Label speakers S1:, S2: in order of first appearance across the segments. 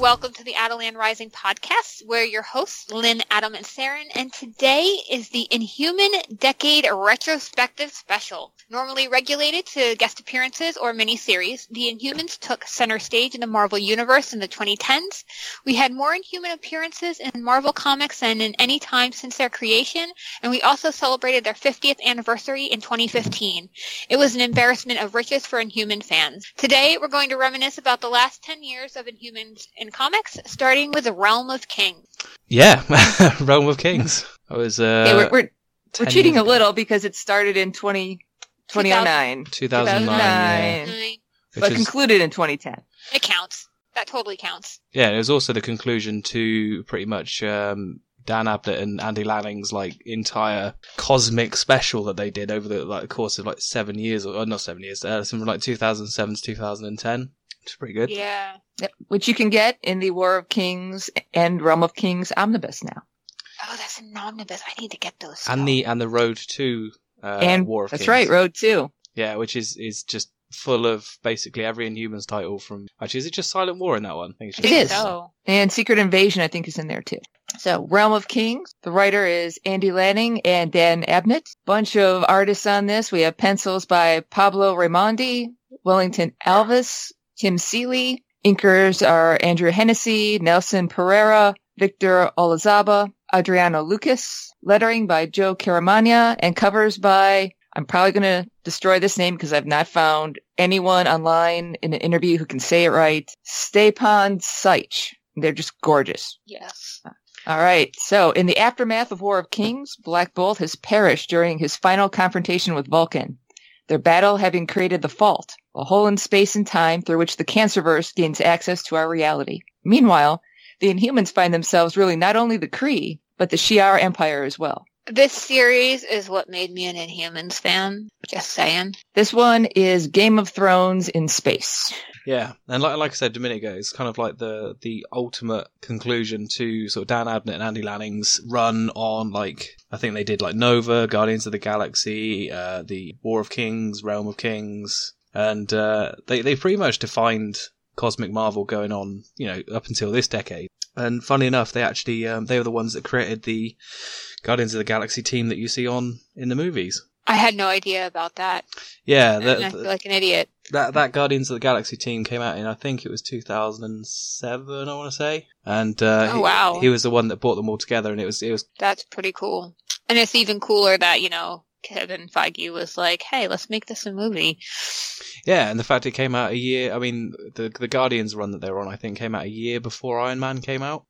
S1: welcome to the Adelan Rising podcast. We're your hosts, Lynn, Adam, and Saren, and today is the Inhuman Decade Retrospective Special. Normally regulated to guest appearances or miniseries, the Inhumans took center stage in the Marvel Universe in the 2010s. We had more Inhuman appearances in Marvel Comics than in any time since their creation, and we also celebrated their 50th anniversary in 2015. It was an embarrassment of riches for Inhuman fans. Today, we're going to reminisce about the last 10 years of Inhumans in comics, starting with the Realm of Kings.
S2: Yeah, Realm of Kings. I was uh,
S3: Okay, we're, we're, we're
S2: 10
S3: cheating
S2: years
S3: a
S2: ago.
S3: little because it started in 20, 2009,
S2: 2009. Yeah,
S3: 2009,
S1: Mm,
S3: but
S2: which is,
S3: concluded in 2010.
S1: It counts. That totally counts.
S2: yeah, it was also the conclusion to pretty much um, Dan Abnett and Andy Lanning's like entire cosmic special that they did over the like course of like seven years or, or not seven years, uh, something like 2007 to 2010. Which is pretty good.
S1: Yeah.
S3: Yep, Which you can get in the War of Kings and Realm of Kings omnibus now.
S1: Oh, that's an omnibus. I need to get those.
S2: And the and the road to uh,
S3: and
S2: War of
S3: that's
S2: Kings.
S3: right, Road 2.
S2: Yeah, which is is just full of basically every Inhumans title from. Actually, is it just Silent War in that one? I think it's
S1: still.
S2: just
S3: It is.
S1: So.
S3: And Secret Invasion, I think, is in there too. So, Realm of Kings. The writer is Andy Lanning and Dan Abnett. Bunch of artists on this. We have pencils by Pablo Raimondi, Wellington Alvis, Tim Seeley. Inkers are Andrew Hennessy, Nelson Pereira, Victor Olazaba, Adriano Lucas. Lettering by Joe Caramagna and covers by I'm probably going to destroy this name because I've not found anyone online in an interview who can say it right. Stepan Seich. They're just gorgeous.
S1: Yes.
S3: All right. So, in the aftermath of War of Kings, Black Bolt has perished during his final confrontation with Vulcan. Their battle having created the fault, a hole in space and time through which the Cancerverse gains access to our reality. Meanwhile, the Inhumans find themselves ruling not only the Kree, but the Shi'ar Empire as well.
S1: This series is what made me an Inhumans fan. Just saying.
S3: This one is Game of Thrones in space.
S2: Yeah, and like like I said a minute ago, it's kind of like the the ultimate conclusion to sort of Dan Abnett and Andy Lanning's run on like I think they did like Nova, Guardians of the Galaxy, uh, the War of Kings, Realm of Kings, and uh, they they pretty much defined cosmic Marvel going on, you know, up until this decade. And funny enough, they actually um, they were the ones that created the Guardians of the Galaxy team that you see on in the movies.
S1: I had no idea about that.
S2: Yeah, that-
S1: and I feel like an idiot.
S2: that
S3: Mm.
S2: that Guardians of the Galaxy team came out in I think it was 2007 I want to say and uh,
S1: Oh,
S2: he-
S1: wow.
S2: he, was the one that brought them all together and it was it was
S1: That's pretty cool. And it's even cooler that, you know, Kevin Feige was like, hey, let's make this a movie.
S2: yeah and the fact it came out a year I mean the the Guardians run that they're on I think came out a year before Iron Man came out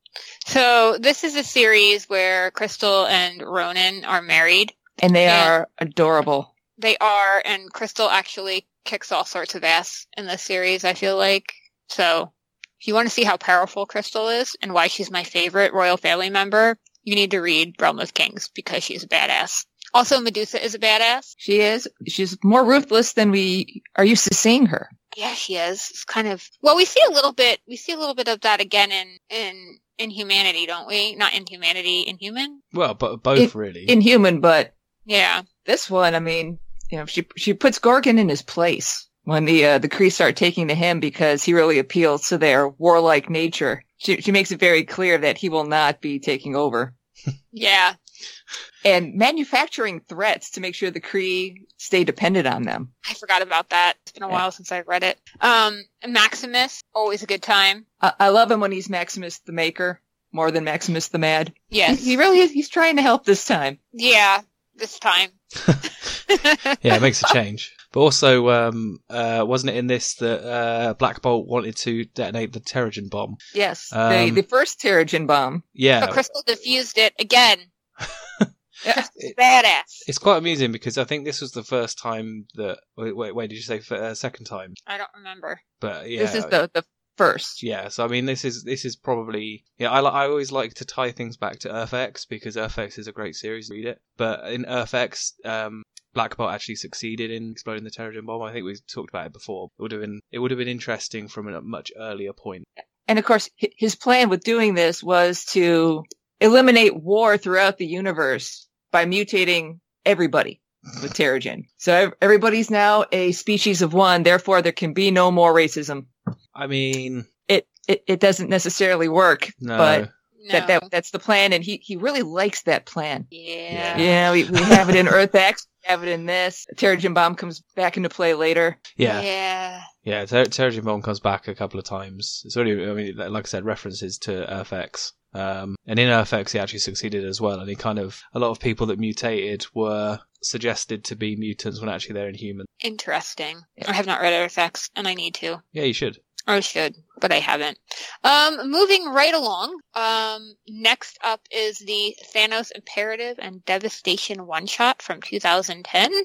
S1: So this is a series where Crystal and Ronan are married.
S3: and they
S1: Yeah.
S3: are adorable.
S1: They are, and Crystal actually kicks all sorts of ass in this series, I feel like. So if you want to see how powerful Crystal is and why she's my favorite royal family member, you need to read Realm of Kings because she's a badass. Also, Medusa is a badass.
S3: She is. She's more ruthless than we are used to seeing her.
S1: Yeah, she is. It's kind of well, we see a little bit. We see a little bit of that again in in in humanity, don't we? Not in humanity, in human.
S2: well but both really
S3: Inhuman, but
S1: Yeah,
S3: this one, I mean, you know, she she puts Gorgon in his place when the uh, the Kree start taking to him because he really appeals to their warlike nature. She she makes it very clear that he will not be taking over
S1: yeah.
S3: and manufacturing threats to make sure the Kree stay dependent on them.
S1: I forgot about that. It's been a
S3: Yeah.
S1: while since I read it. Um, Maximus, always a good time.
S3: I, I love him when he's Maximus the Maker more than Maximus the Mad.
S1: Yes.
S3: He, he really is. He's trying to help this time.
S1: yeah, this time.
S2: yeah it makes a change but also um uh wasn't it in this that uh Black Bolt wanted to detonate the Terrigen bomb
S3: Yes,
S2: Um,
S3: the, the first Terrigen bomb.
S2: yeah
S1: But Crystal diffused it again.
S3: Yeah.
S2: It-
S1: Badass.
S2: it's quite amusing because I think this was the first time that wait wait, wait did you say f- uh, second time
S1: I don't remember.
S2: but yeah
S3: This is the the first.
S2: Yeah, so I mean, this is this is probably yeah. I li- I always like to tie things back to EarthX because EarthX is a great series. Read it, but in EarthX, um, Black Bolt actually succeeded in exploding the Terrigen bomb. I think we talked about it before. It would have been it would have been interesting from a much earlier point.
S3: And of course, hi- his plan with doing this was to eliminate war throughout the universe by mutating everybody with Terrigen. So ev- everybody's now a species of one. Therefore, there can be no more racism.
S2: I mean,
S3: It it, it doesn't necessarily work,
S2: No.
S3: but
S1: No.
S3: that, that that's the plan, and he he really likes that plan.
S1: yeah.
S3: Yeah, we, we have it in Earth X, we have it in this. Terrigen Bomb comes back into play later.
S2: yeah.
S1: Yeah.
S2: Yeah, Ter- Terrigen Bomb comes back a couple of times. It's already, I mean, like like I said, references to EarthX. Um, and in EarthX, he actually succeeded as well. And he kind of, a lot of people that mutated were suggested to be mutants when actually they're inhuman.
S1: Interesting.
S3: Yeah.
S1: I have not read Artifacts, and I need to.
S2: Yeah, you should.
S1: I should, but I haven't. Um, moving right along. Um, next up is the Thanos Imperative and Devastation one shot from 2010.
S3: Okay.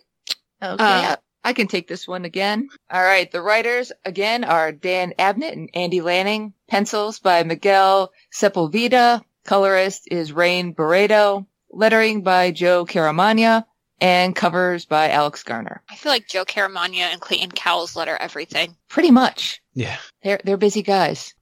S1: Uh,
S3: I can take this one again. All right. The writers again are Dan Abnett and Andy Lanning. Pencils by Miguel Sepulveda. Colorist is Rain Barreto. Lettering by Joe Caramagna. And covers by Alex Garner.
S1: I feel like Joe Caramagna and Clayton Cowles letter everything.
S3: Pretty much.
S2: Yeah.
S3: They're, they're busy guys.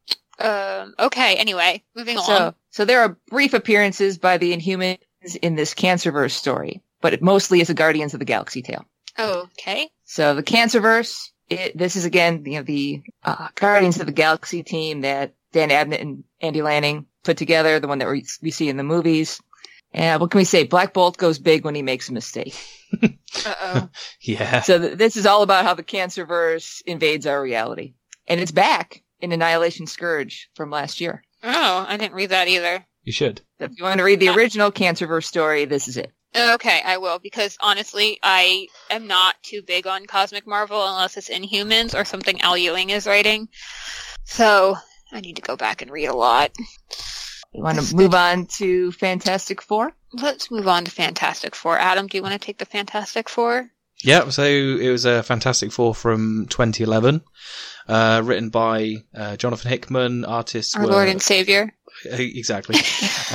S1: Um, okay. Anyway, moving along.
S3: So, so there are brief appearances by the Inhumans in this Cancerverse story, but it mostly is a Guardians of the Galaxy tale.
S1: okay.
S3: So the Cancerverse, it, this is again, you know, the uh, Guardians of the Galaxy team that Dan Abnett and Andy Lanning put together, the one that we, we see in the movies. And what can we say? Black Bolt goes big when he makes a mistake.
S1: Uh oh.
S2: Yeah.
S3: So th- this is all about how the Cancerverse invades our reality. And it's back in Annihilation Scourge from last year.
S1: oh, I didn't read that either.
S2: You should.
S3: So if you want to read the original Cancerverse story, this is it.
S1: Okay, I will because honestly, I am not too big on cosmic Marvel unless it's Inhumans or something Al Ewing is writing. So I need to go back and read a lot.
S3: You want
S1: That's
S3: to move on to Fantastic Four?
S1: Let's move on to Fantastic Four. Adam, do you want to take the Fantastic Four?
S2: Yeah, so it was a Fantastic Four from 2011, uh, written by uh, Jonathan Hickman. Artists
S1: Our
S2: were.
S1: Lord and Savior.
S2: exactly.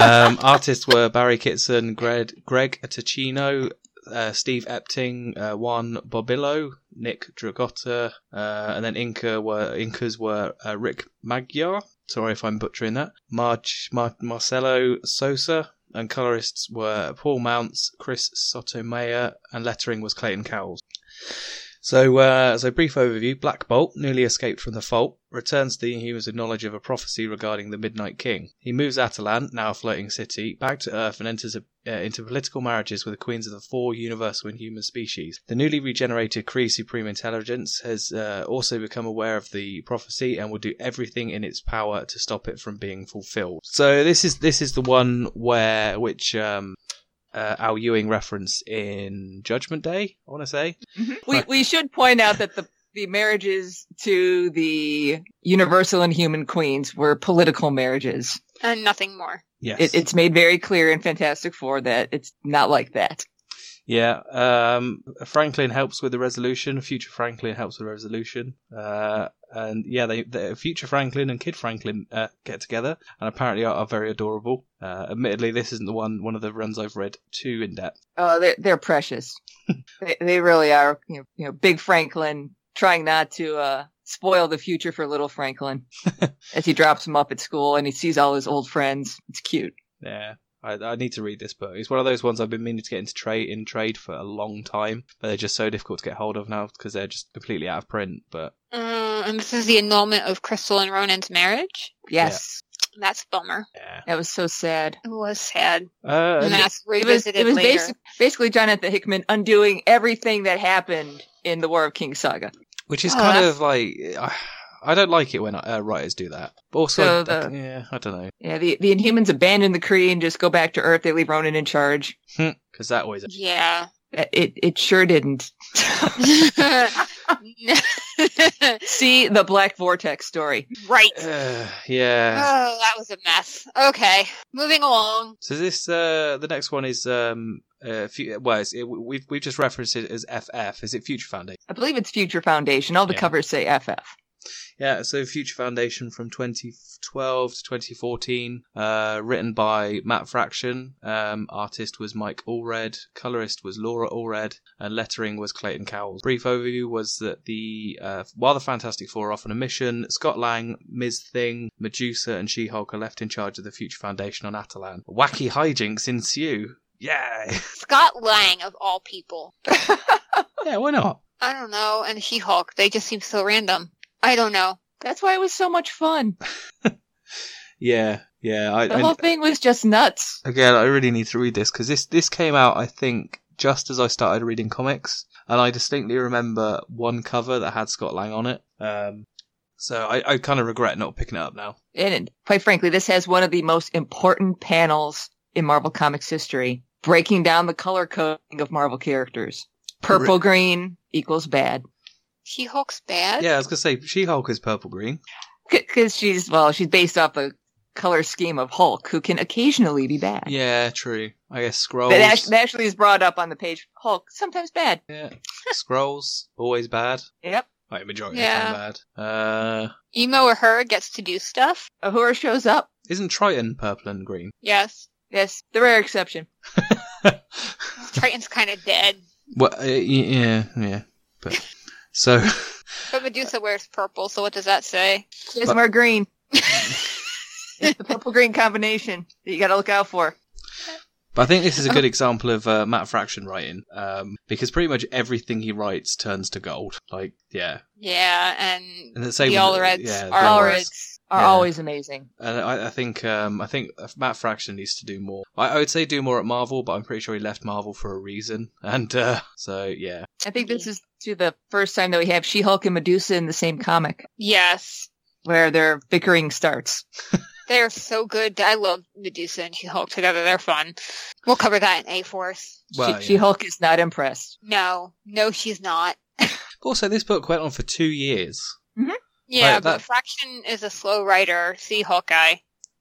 S2: um, artists were Barry Kitson, Greg, Greg Ticino, uh, Steve Epting, uh, Juan Bobillo, Nick Dragotta, uh, and then Inca were Incas were uh, Rick Magyar. Sorry if I'm butchering that. Marge, Mar- Marcelo Sosa. And colorists were Paul Mounts, Chris Sotomayor, and lettering was Clayton Cowles. So, uh, so brief overview. Black Bolt, newly escaped from the Fault, returns to the Inhumans with knowledge of a prophecy regarding the Midnight King. He moves Atalan, now a floating city, back to Earth and enters a, uh, into political marriages with the queens of the four universal Inhuman species. The newly regenerated Kree Supreme Intelligence has uh, also become aware of the prophecy and will do everything in its power to stop it from being fulfilled. So, this is this is the one where which um, uh, Al Ewing referenced in Judgment Day. I want to say.
S3: We we should point out that the the marriages to the universal and human queens were political marriages.
S1: And nothing more.
S2: Yes.
S3: It, it's made very clear in Fantastic Four that it's not like that.
S2: Yeah, um, Franklin helps with the resolution. Future Franklin helps with the resolution, uh, and yeah, they, they Future Franklin and Kid Franklin uh, get together, and apparently are, are very adorable. Uh, admittedly, this isn't the one one of the runs I've read too in depth.
S3: Oh, they're they're precious. they they really are. You know, you know, Big Franklin trying not to uh, spoil the future for little Franklin as he drops him up at school and he sees all his old friends. It's cute.
S2: Yeah, I, I need to read this book. It's one of those ones I've been meaning to get into trade in trade for a long time, but they're just so difficult to get hold of now because they're just completely out of print. But
S1: Uh, and this is the annulment of Crystal and Ronan's marriage.
S3: Yes,
S1: That's a bummer.
S2: yeah,
S3: that was so sad.
S1: It was sad.
S2: uh,
S1: And
S2: and-
S1: that's
S3: it was,
S1: revisited
S3: it was
S1: later.
S3: basi- basically Jonathan Hickman undoing everything that happened in the War of Kings saga.
S2: which is
S1: Oh,
S2: kind
S1: that's-
S2: of like. I, I don't like it when uh, writers do that. But also,
S3: So
S2: I-
S3: the-
S2: yeah, I don't know.
S3: Yeah, the, the Inhumans abandon the Kree and just go back to Earth. They leave Ronan in charge.
S2: because that always
S1: Yeah.
S3: Uh, It it sure didn't. See the Black Vortex story.
S1: right.
S2: Uh, yeah.
S1: Oh, that was a mess. Okay, moving along.
S2: So this uh, the next one is um uh, fu- well it's, it, we've we've just referenced it as FF. Is it Future Foundation?
S3: I believe it's Future Foundation. All the
S2: Yeah.
S3: covers say FF.
S2: Yeah. So Future Foundation from 2012 to 2014, uh, written by Matt Fraction. Um, artist was Mike Allred. Colorist was Laura Allred, and lettering was Clayton Cowles. Brief overview was that the uh, while the Fantastic Four are off on a mission, Scott Lang, Ms. Thing, Medusa, and She-Hulk are left in charge of the Future Foundation on Atalan. Wacky hijinks ensue. Yeah.
S1: Scott Lang, of all people.
S2: Yeah, why not?
S1: I don't know, and She Hulk. They just seem so random. I don't know.
S3: That's why it was so much fun.
S2: Yeah, yeah. I,
S3: The
S2: I-
S3: whole thing was just nuts.
S2: again, I really need to read this because this this came out, I think, just as I started reading comics, and I distinctly remember one cover that had Scott Lang on it. Um, so I, I kind of regret not picking it up now.
S3: And quite frankly, this has one of the most important panels in Marvel Comics history, breaking down the color coding of Marvel characters. Purple green equals bad.
S1: She Hulk's bad.
S2: Yeah, I was gonna say She Hulk is purple green.
S3: Because she's, well, she's based off the color scheme of Hulk, who can occasionally be bad.
S2: Yeah, true. I guess scrolls.
S3: That, act- that actually is brought up on the page. Hulk, sometimes bad.
S2: yeah, scrolls always bad.
S3: Yep.
S2: Like majority
S1: Yeah.
S2: of the time bad. Uh,
S1: Emo or her gets to do stuff.
S3: Ahura shows up.
S2: isn't Triton purple and green?
S1: Yes.
S3: Yes, the rare exception.
S1: Triton's kind of dead,
S2: Well, uh, y- yeah, yeah. But so.
S1: but Medusa wears purple. So what does that say?
S3: She has more green. It's the purple green combination that you got to look out for.
S2: But I think this is a
S1: Oh.
S2: good example of uh, Matt Fraction writing, um, because pretty much everything he writes turns to gold. Like, yeah,
S1: yeah, and
S2: and the same.
S1: The
S2: with-
S1: All Reds
S2: yeah,
S1: are
S2: the
S1: all
S3: All
S2: All Reds.
S3: reds are
S2: Yeah.
S3: always amazing.
S2: And I, I think, um, I think Matt Fraction needs to do more. I, I would say do more at Marvel, but I'm pretty sure he left Marvel for a reason. And uh, so, yeah,
S3: I think this is to the first time that we have She-Hulk and Medusa in the same comic,
S1: yes,
S3: where their bickering starts.
S1: they are so good. I love Medusa and She Hulk together. They're fun. We'll cover that in A Force.
S3: She-
S2: well, yeah.
S3: She-Hulk is not impressed.
S1: No, no, she's not.
S2: also this book went on for two years.
S1: Yeah,
S2: Right,
S1: but
S2: that-
S1: Fraction is a slow writer. See Hawkeye.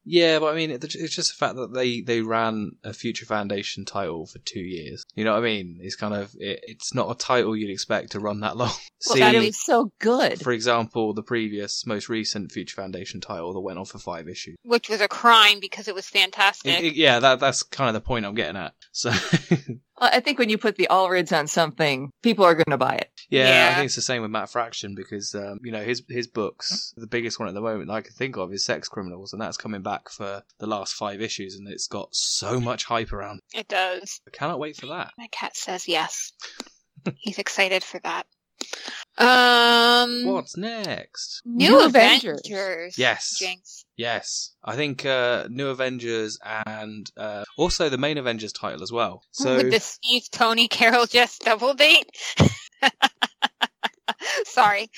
S2: Yeah, but I mean, it, it's just the fact that they, they ran a Future Foundation title for two years. You know what I mean? It's kind of it, it's not a title you'd expect to run that long.
S1: Well,
S2: See-
S1: that
S3: But it was so good.
S2: For example, the previous, most recent Future Foundation title that went on for five issues.
S1: which was a crime because it was fantastic.
S2: It- it- yeah, that that's kind of the point I'm getting at. So,
S3: Well, I think when you put the All Reds on something, people are going to buy it.
S2: yeah, I
S1: Yeah.
S2: think it's the same with Matt Fraction because um, you know his his books, the biggest one at the moment that I can think of is Sex Criminals, and that's coming back for the last five issues, and it's got so much hype around.
S1: It, does.
S2: I cannot wait for that.
S1: My cat says yes. He's excited for that. Um,
S2: What's next?
S1: New,
S3: New
S1: Avengers.
S3: Avengers.
S2: Yes.
S1: Jinx.
S2: Yes, I think uh, New Avengers and uh, also the main Avengers title as well. So
S1: With the Steve Tony Carol just double date. Sorry,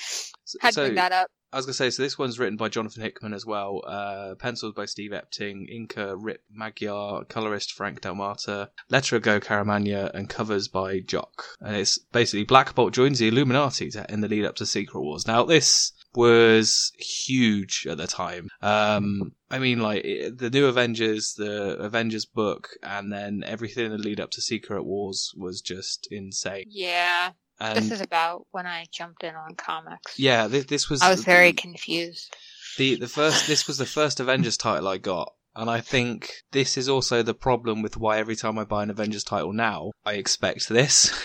S1: had to
S2: so-
S1: bring that up.
S2: I was gonna say, so this one's written by Jonathan Hickman as well. Uh, pencils by Steve Epting, inker Rip Magyar, colorist Frank Delmata, letter Go Caramagna, and covers by Jock. And it's basically Black Bolt joins the Illuminati to- in the lead up to Secret Wars. Now this was huge at the time. Um, I mean, like it- the New Avengers, the Avengers book, and then everything in the lead up to Secret Wars was just insane.
S1: Yeah,
S2: And
S1: this is about when I jumped in on comics.
S2: yeah, this, this was.
S1: I was very
S2: the-
S1: confused.
S2: the the first this was the first Avengers title I got, and I think this is also the problem with why every time I buy an Avengers title now, I expect this.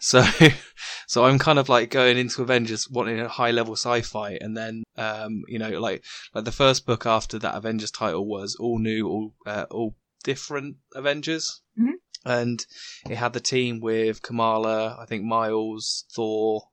S2: so so I'm kind of like going into Avengers wanting a high level sci-fi, and then um you know like like the first book after that Avengers title was all new, all uh, all different Avengers.
S1: Mm-hmm.
S3: Mhm.
S2: And it had the team with Kamala, I think Miles, Thor.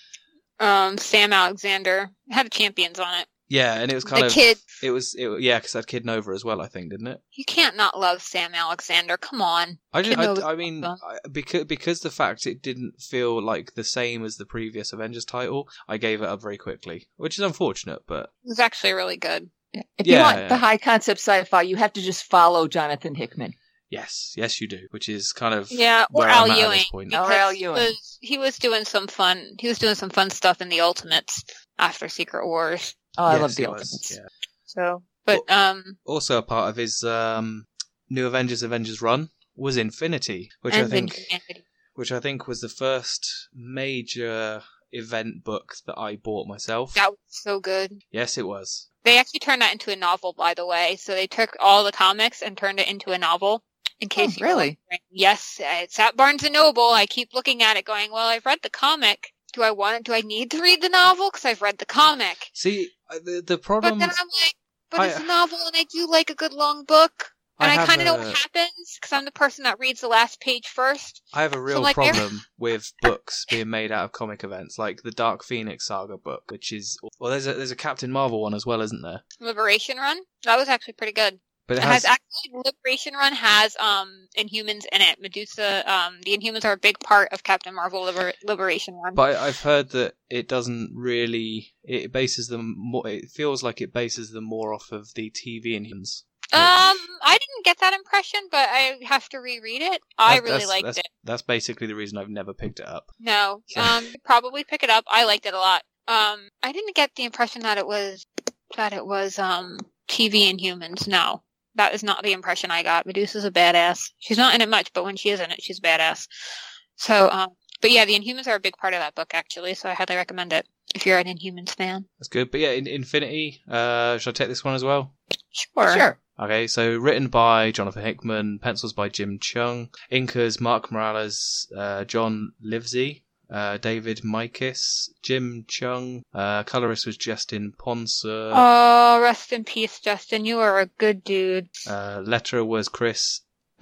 S1: Um, Sam Alexander had champions on it.
S2: Yeah, and it was kind
S1: The
S2: of
S1: kid.
S2: it was it, yeah, because that kid Nova as well, I think, didn't it?
S1: You can't not love Sam Alexander. Come on.
S2: I, just,
S1: Kindle is
S2: I, I mean,
S1: awesome.
S2: because because the fact it didn't feel like the same as the previous Avengers title, I gave it up very quickly, which is unfortunate. But
S1: It was actually really good.
S3: If
S2: Yeah,
S3: you want
S2: yeah.
S3: the high concept sci-fi, you have to just follow Jonathan Hickman.
S2: yes, yes, you do, which is kind of
S1: Yeah, Oh, or
S2: where
S1: Al
S2: I'm at at
S1: Ewing.
S2: this point.
S3: Or
S1: because
S3: Al
S1: he
S3: Ewing.
S1: was- He was doing some fun. He was doing some fun stuff in the Ultimates after Secret Wars.
S3: Oh, I
S2: Yes,
S3: love the
S2: it was,
S3: Ultimates.
S2: yeah.
S1: So, but um,
S2: Also, a part of his um, new Avengers Avengers run was Infinity, which I
S1: and
S2: think
S1: Infinity-
S2: which I think was the first major event book that I bought myself.
S1: that was so good.
S2: Yes, it was.
S1: They actually turned that into a novel, by the way. So they took all the comics and turned it into a novel. In
S3: Oh,
S1: case you were
S3: really?
S1: wondering. yes, it's at Barnes and Noble. I keep looking at it, going, "Well, I've read the comic. Do I want? Do I need to read the novel? Because I've read the comic."
S2: See, uh, the the
S1: But
S2: problem.
S1: then I'm like, but
S2: I-
S1: it's a novel, and I do like a good long book. And I,
S2: have
S1: kind of know
S2: a-
S1: what happens because I'm the person that reads the last page first.
S2: I have a real
S1: like, every-
S2: problem with books being made out of comic events, like the Dark Phoenix saga book, which is well, there's a there's a Captain Marvel one as well, isn't there?
S1: Liberation Run. That was actually pretty good.
S2: But it
S1: It
S2: has,
S1: has, actually Liberation Run has um Inhumans in it. Medusa. Um, the Inhumans are a big part of Captain Marvel Liber- Liberation Run.
S2: but I- I've heard that it doesn't really. It bases them more. It feels like it bases them more off of the TV and humans.
S1: um, I didn't get that impression, but I have to reread it. I
S2: That-
S1: really
S2: that's-
S1: liked
S2: that's,
S1: it.
S2: That's basically the reason I've never picked it up.
S1: No,
S2: So-
S1: um, you'd probably pick it up. I liked it a lot. Um, I didn't get the impression that it was that it was um TV and humans. No, that is not the impression I got. Medusa's a badass. She's not in it much, but when she is in it, she's badass. So, um, but yeah, the Inhumans are a big part of that book actually. So I highly recommend it if you're an Inhumans fan.
S2: That's good. But yeah, in, Infinity. Uh, should I take this one as well?
S1: Sure.
S3: Sure.
S2: Okay, so written by Jonathan Hickman, pencils by Jim Chung, inkers Mark Morales, uh, John Livesey, uh, David Mikis, Jim Chung, uh, colorist was Justin Ponser,
S1: Oh, rest in peace, Justin. You are a good dude.
S2: uh, letterer was Chris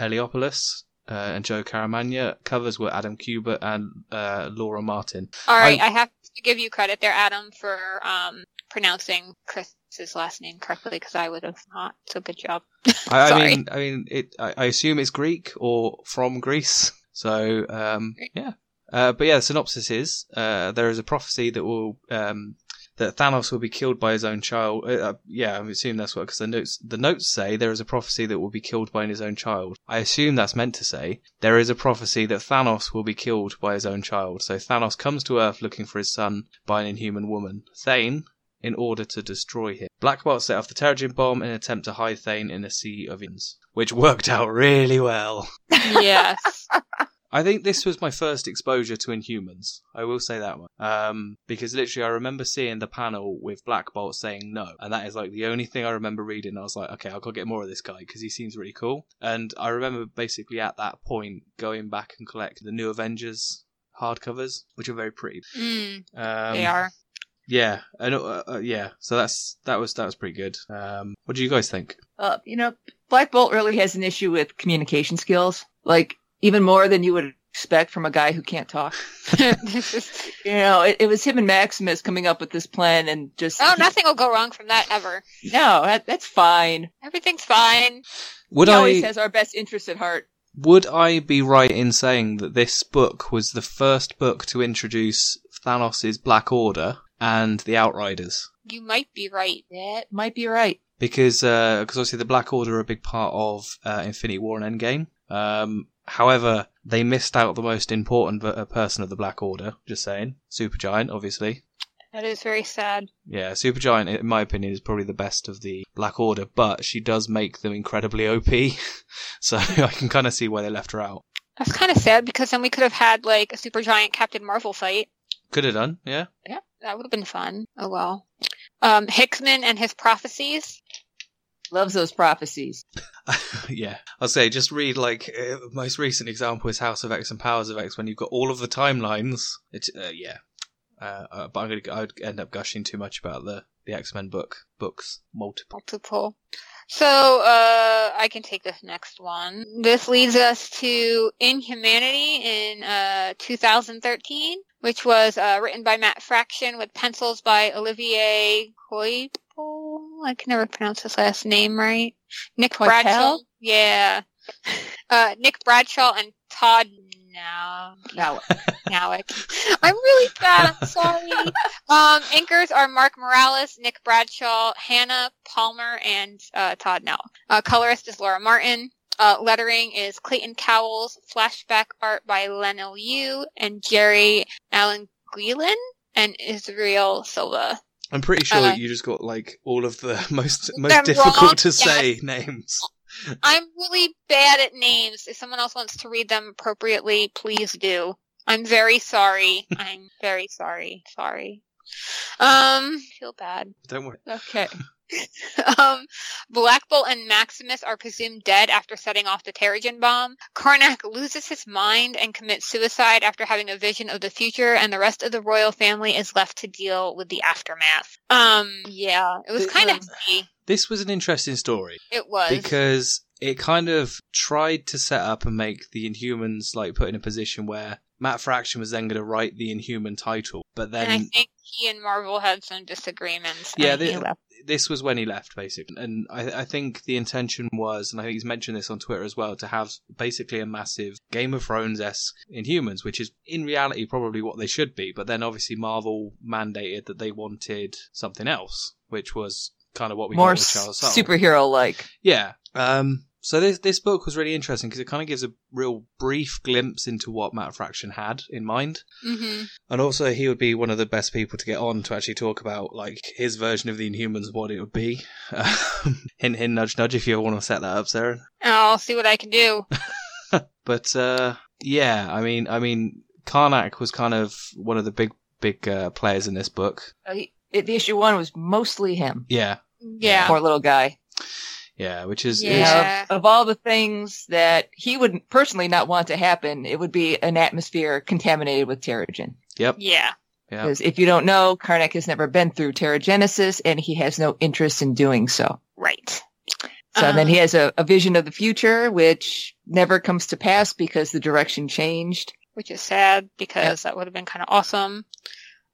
S2: Eliopoulos. Uh, and Joe Caramagna. Covers were Adam Cuba and uh, Laura Martin.
S1: All right, I have to give you credit there, Adam, for um, pronouncing Chris's last name correctly because I would have not. So good job.
S2: I, I
S1: Sorry.
S2: mean, I mean, it. I, I assume it's Greek or from Greece. So, um, yeah. Uh, but yeah, the synopsis is uh, there is a prophecy that will um, that Thanos will be killed by his own child. Uh, uh, yeah, I assume that's what because the notes the notes say there is a prophecy that will be killed by his own child. I assume that's meant to say there is a prophecy that Thanos will be killed by his own child. So Thanos comes to Earth looking for his son by an inhuman woman, Thane, in order to destroy him. Black Bolt set off the Terrigen bomb in an attempt to hide Thane in a sea of ins, which worked out really well.
S1: yes.
S2: I think this was my first exposure to Inhumans. I will say that one. Um, because literally, I remember seeing the panel with Black Bolt saying no, and that is like the only thing I remember reading. I was like, okay, I'll go get more of this guy because he seems really cool. And I remember basically at that point going back and collecting the New Avengers hardcovers, which are very pretty.
S1: Mm,
S2: Um,
S1: they are.
S2: yeah, and uh, uh, yeah. So that's that was that was pretty good. Um, what do you guys think?
S3: Uh, you know, Black Bolt really has an issue with communication skills, like even more than you would expect from a guy who can't talk. You know, it, it was him and Maximus coming up with this plan and just
S1: oh, nothing will go wrong from that ever.
S3: no, that, that's fine.
S1: Everything's fine.
S2: Would
S3: he
S2: I
S3: always has our best interests at heart.
S2: would I be right in saying that this book was the first book to introduce Thanos' Black Order and the Outriders?
S1: You might be right.
S3: That might be right.
S2: Because because obviously the Black Order are a big part of uh, Infinity War and Endgame. Um, however, they missed out the most important per- uh, person of the Black Order. Just saying, Supergiant, obviously.
S1: That is very sad.
S2: Yeah, Supergiant, in my opinion, is probably the best of the Black Order, but she does make them incredibly OP, so I can kind of see why they left her out.
S1: That's kind of sad because then we could have had like a super giant Captain Marvel fight.
S2: Could have done, yeah.
S1: That would have been fun. Oh well. Um, Hickman and his prophecies.
S3: Loves those prophecies.
S2: yeah. I'll say, just read, like, uh, most recent example is House of X and Powers of X, when you've got all of the timelines. It's, uh, yeah. Uh, uh, but I'm gonna, I'd end up gushing too much about the, the X-Men book, books, multiple.
S1: multiple. So uh, I can take this next one. This leads us to Inhumanity in uh, 2013, which was uh, written by Matt Fraction with pencils by Olivier Coipel. I can never pronounce his last name right. Nick
S3: Coipel?
S1: Bradshaw. Yeah. Uh, Nick Bradshaw and Todd now
S3: Now,
S1: now I can- I'm really bad. I'm sorry. Um, anchors are Mark Morales, Nick Bradshaw, Hannah Palmer, and uh, Todd Nell. Uh, colorist is Laura Martin. Uh, lettering is Clayton Cowles. Flashback art by Len Liu and Jerry Allen Guilin and Israel Silva.
S2: I'm pretty sure
S1: Uh,
S2: that you just got, like, all of the most, most
S1: wrong,
S2: difficult to
S1: yes.
S2: say names.
S1: I'm really bad at names. If someone else wants to read them appropriately, please do. I'm very sorry. I'm very sorry. Sorry. Um, feel bad.
S2: Don't worry.
S3: okay.
S1: um, Black Bolt and Maximus are presumed dead after setting off the Terrigen bomb. Karnak loses his mind and commits suicide after having a vision of the future, and the rest of the royal family is left to deal with the aftermath. Um, yeah, it was
S2: The-
S1: kind of
S2: um, This was an interesting story.
S1: it was
S2: because it kind of tried to set up and make the Inhumans like put in a position where Matt Fraction was then going to write the Inhuman title, but then
S1: and I think he and Marvel had some disagreements.
S2: Yeah,
S1: and
S2: they-
S1: he left.
S2: this was when he left, basically. And I, I think the intention was, and I think he's mentioned this on Twitter as well, to have basically a massive Game of Thrones esque Inhumans, which is in reality probably what they should be. But then obviously Marvel mandated that they wanted something else, which was kind of what we
S3: More
S2: got with Charles Soule.
S3: superhero like.
S2: Yeah. Um, so this this book was really interesting because it kind of gives a real brief glimpse into what Matt Fraction had in mind.
S1: Mhm.
S2: And also, he would be one of the best people to get on to actually talk about like his version of the Inhumans, what it would be. Um, hint, hint, nudge, nudge. If you want to set that up, Sarah.
S1: I'll see what I can do.
S2: But uh, yeah, I mean, I mean, Karnak was kind of one of the big, big uh, players in this book.
S3: Uh, he- it, the issue one was mostly him.
S2: Yeah,
S1: Yeah.
S3: Poor little guy.
S2: yeah, which is,
S3: You know,
S1: Yeah.
S2: is
S3: of, of all the things that he would personally not want to happen, it would be an atmosphere contaminated with pterogen.
S2: yep,
S1: Yeah.
S2: yeah.
S3: Because if you don't know, Karnak has never been through pterogenesis and he has no interest in doing so.
S1: Right.
S3: So then
S2: Uh-huh.
S3: he
S1: Um,
S3: has a, a vision of the future, which never comes to pass because the direction changed.
S1: Which is sad because that would have been kind of awesome.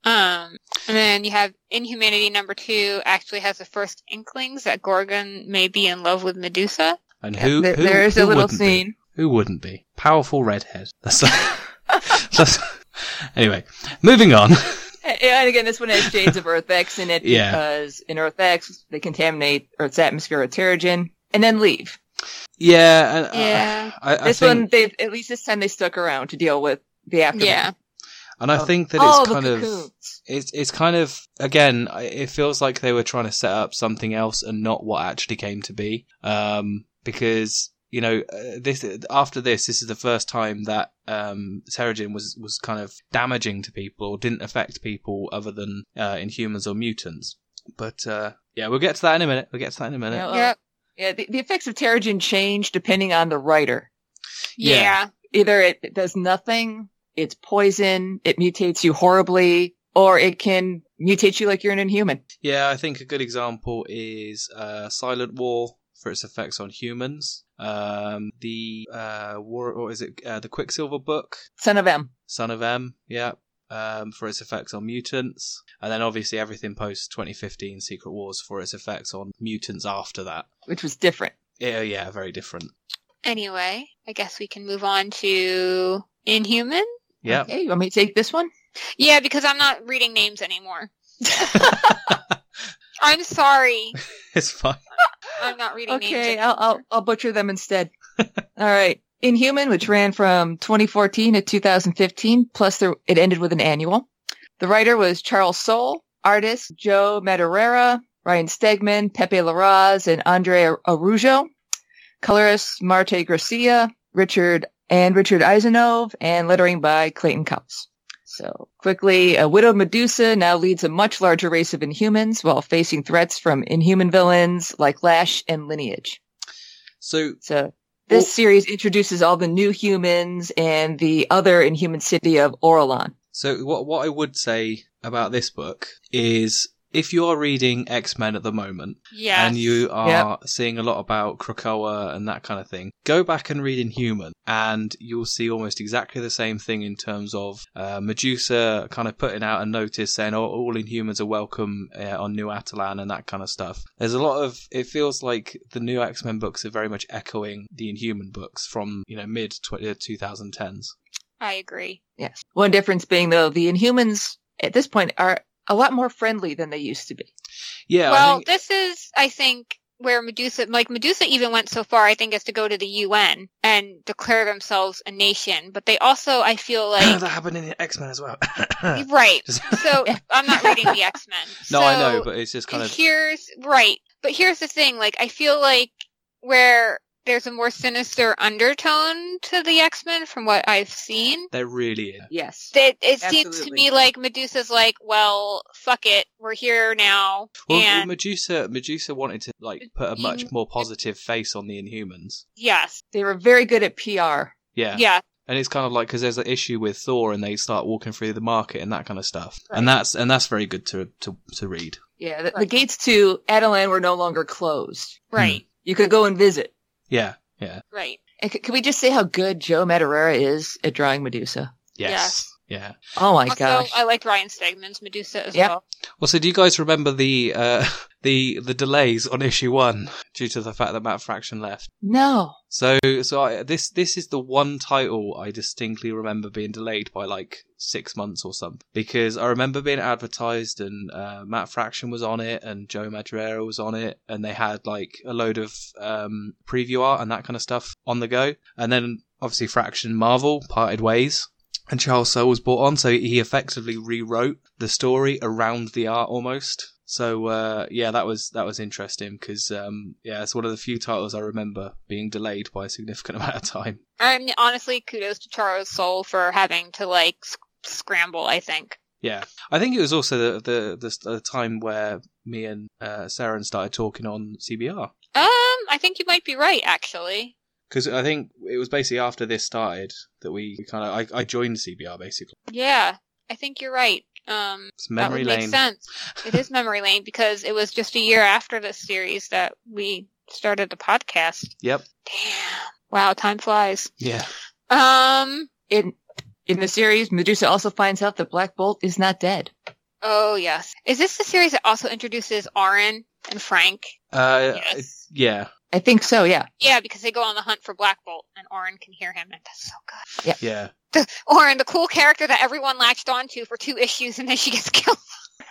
S1: Um, and then you have Inhumanity number two actually has the first inklings that Gorgon may be in love with Medusa.
S2: And who,
S3: There-
S2: who
S3: there is
S2: who
S3: a little
S2: wouldn't be?
S3: scene.
S2: Who wouldn't be? Powerful redhead. That's. that's anyway, moving on.
S3: And- And again, this one has shades of Earth X in it
S2: Yeah.
S3: because in Earth X, they contaminate Earth's atmosphere with pterogen and then leave.
S2: Yeah, and, uh,
S1: Yeah.
S2: I, I
S3: This
S2: think,
S3: one, they at least this time they stuck around to deal with the aftermath.
S1: Yeah.
S2: and I
S3: of-
S2: think that
S3: oh,
S2: it's
S3: the
S2: kind of
S3: cocoons.
S2: it's it's kind of again I- it feels like they were trying to set up something else and not what actually came to be um because you know uh, this after this this is the first time that um Terrigen was was kind of damaging to people or didn't affect people other than uh in humans or mutants but uh yeah we'll get to that in a minute we'll get to that in a minute
S3: Yeah, well,
S1: Yep.
S3: yeah, the, the effects of pterogen change depending on the writer.
S2: Yeah.
S1: yeah.
S3: Either it, it does nothing, it's poison, it mutates you horribly, or it can mutate you like you're an inhuman.
S2: Yeah, I think a good example is uh, Silent War for its effects on humans. Um, the uh, war, or is it uh, the Quicksilver book,
S3: Son of M.
S2: Son of M? Yeah, um, for its effects on mutants, and then obviously everything post 2015 Secret Wars for its effects on mutants after that.
S3: which was different.
S2: Yeah, oh, yeah, very different.
S1: Anyway, I guess we can move on to Inhuman.
S2: Yeah,
S3: Okay, you want me to take this one?
S1: Yeah, because I'm not reading names anymore. I'm sorry.
S2: it's fine.
S1: I'm not reading names.
S3: Okay,
S1: anymore.
S3: I'll, I'll I'll butcher them instead. All right. Inhuman, which ran from 2014 to 2015, plus there, it ended with an annual. The writer was Charles Soule, artist Joe Madureira, Ryan Stegman, Pepe Larraz, and Andre Arujo, colorist Marte Garcia, Richard and Richard Eisenov, and lettering by Clayton Cups. So quickly, a widowed Medusa now leads a much larger race of Inhumans while facing threats from Inhuman villains like Lash and Lineage.
S2: So
S3: So this
S2: Well-
S3: series introduces all the new humans and the other Inhuman city of Orlon.
S2: So what what I would say about this book is if you are reading X Men at the moment
S1: Yes.
S2: and you are seeing a lot about Krakoa and that kind of thing, go back and read Inhuman, and you'll see almost exactly the same thing in terms of uh, Medusa kind of putting out a notice saying oh, all Inhumans are welcome uh, on New Atalan and that kind of stuff. There's a lot of it feels like the new X Men books are very much echoing the Inhuman books from you know mid tw- uh, 2010s.
S1: I agree.
S3: Yes. One difference being though, the Inhumans at this point are a lot more friendly than they used to be.
S2: Yeah, I
S1: well,
S2: think-
S1: this is, I think, where Medusa, like Medusa, even went so far, I think, as to go to the UN and declare themselves a nation. But they also, I feel like,
S2: that happened in X Men as well.
S1: right.
S2: Just-
S1: So I'm not reading the X Men.
S2: no, I know, but it's just kind of
S1: here's right but here's the thing like i feel like where there's a more sinister undertone to the x-men from what i've seen
S2: there really is.
S3: Yes.
S1: that it seems to
S3: Absolutely.
S1: me like medusa's like well fuck it we're here now
S2: Well,
S1: and
S2: Medusa, Medusa wanted to like put a much
S1: In-
S2: more positive face on the Inhumans.
S1: yes
S3: They were very good at PR.
S2: Yeah,
S1: yeah.
S2: and it's kind of like because there's an issue with Thor, and they start walking through the market and that kind of stuff,
S3: Right.
S2: and that's and that's very good to to to read.
S3: Yeah. The, the
S1: Right.
S2: Hmm.
S3: gates to Adelan were no longer closed.
S1: right
S3: You could go and visit.
S2: Yeah, Yeah.
S1: Right.
S3: And c- can we just say how good Joe Madureira is at drawing Medusa?
S2: Yes. Yeah.
S3: Oh my
S1: also,
S3: gosh.
S1: I liked Ryan Stegman's Medusa as
S3: Yeah.
S1: well.
S2: Well, so do you guys remember the uh, the the delays on issue one due to the fact that Matt Fraction left?
S3: no.
S2: So, so I, this this is the one title I distinctly remember being delayed by like six months or something because I remember being advertised and uh, Matt Fraction was on it and Joe Madureira was on it and they had like a load of um, preview art and that kind of stuff on the go and then obviously Fraction and Marvel parted ways and Charles Soule was brought on so he effectively rewrote the story around the art almost. So uh, yeah, that was that was interesting because um, yeah, it's one of the few titles I remember being delayed by a significant amount of time.
S1: I mean, honestly, kudos to Charles Soul for having to like sc- scramble. I think.
S2: Yeah, I think it was also the the, the, the time where me and uh, Saren started talking on CBR
S1: Um, I think you might be right, actually.
S2: because I think it was basically after this started that we, we kind of I, I joined CBR basically.
S1: Yeah, I think you're right. Um,
S2: It's memory
S1: that would
S2: lane.
S1: make sense. It is memory lane because it was just a year after this series that we started the podcast.
S2: Yep.
S1: Damn. Wow, time flies.
S2: Yeah.
S1: Um.
S3: In in the series, Medusa also finds out that Black Bolt is not dead.
S1: Oh yes. Is this the series that also introduces Auron and Frank?
S2: Uh,
S1: Yes.
S2: Yeah.
S3: I think so, yeah.
S1: Yeah, because they go on the hunt for Black Bolt, and Auron can hear him, and that's so good.
S2: Yeah.
S1: Auron, the cool character that everyone latched onto for two issues, and then she gets killed.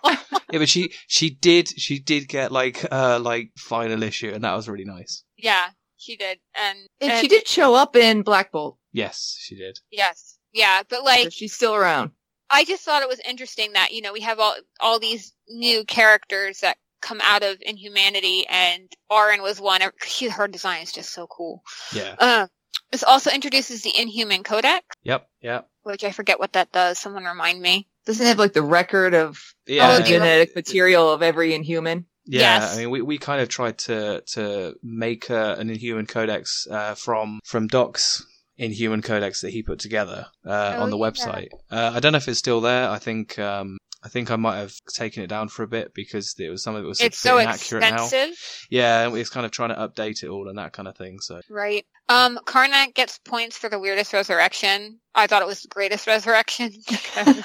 S2: Yeah, but she she did she did get like uh like final issue, and that was really nice.
S1: Yeah, she did, and,
S3: And she did show up in Black Bolt.
S2: Yes, she did.
S1: Yes, yeah, but
S3: so
S1: like
S3: she's still around.
S1: I just thought it was interesting that you know we have all all these new characters that come out of Inhumanity, and Auron was one. She her design is just so cool.
S2: Yeah.
S1: Um, this also introduces the Inhuman Codex,
S2: Yep. Yep.
S1: which I forget what that does. Someone remind me.
S3: Doesn't it have like the record of
S2: Yeah.
S3: all the
S1: do you-
S3: genetic material of every inhuman.
S2: yeah.
S1: Oh, Yes.
S2: I mean, we, we kind of tried to to make uh, an Inhuman Codex uh, from from Doc's Inhuman Codex that he put together uh,
S1: Oh,
S2: on the
S1: yeah.
S2: website. Uh, I don't know if it's still there. I think um I think I might have taken it down for a bit because it was some of it was a
S1: It's
S2: bit
S1: so
S2: inaccurate now.
S1: expensive.
S2: Yeah, and it's kind of trying to update it all and that kind of thing. So
S1: Right. Um, Karnak gets points for the weirdest resurrection. I thought it was the greatest resurrection.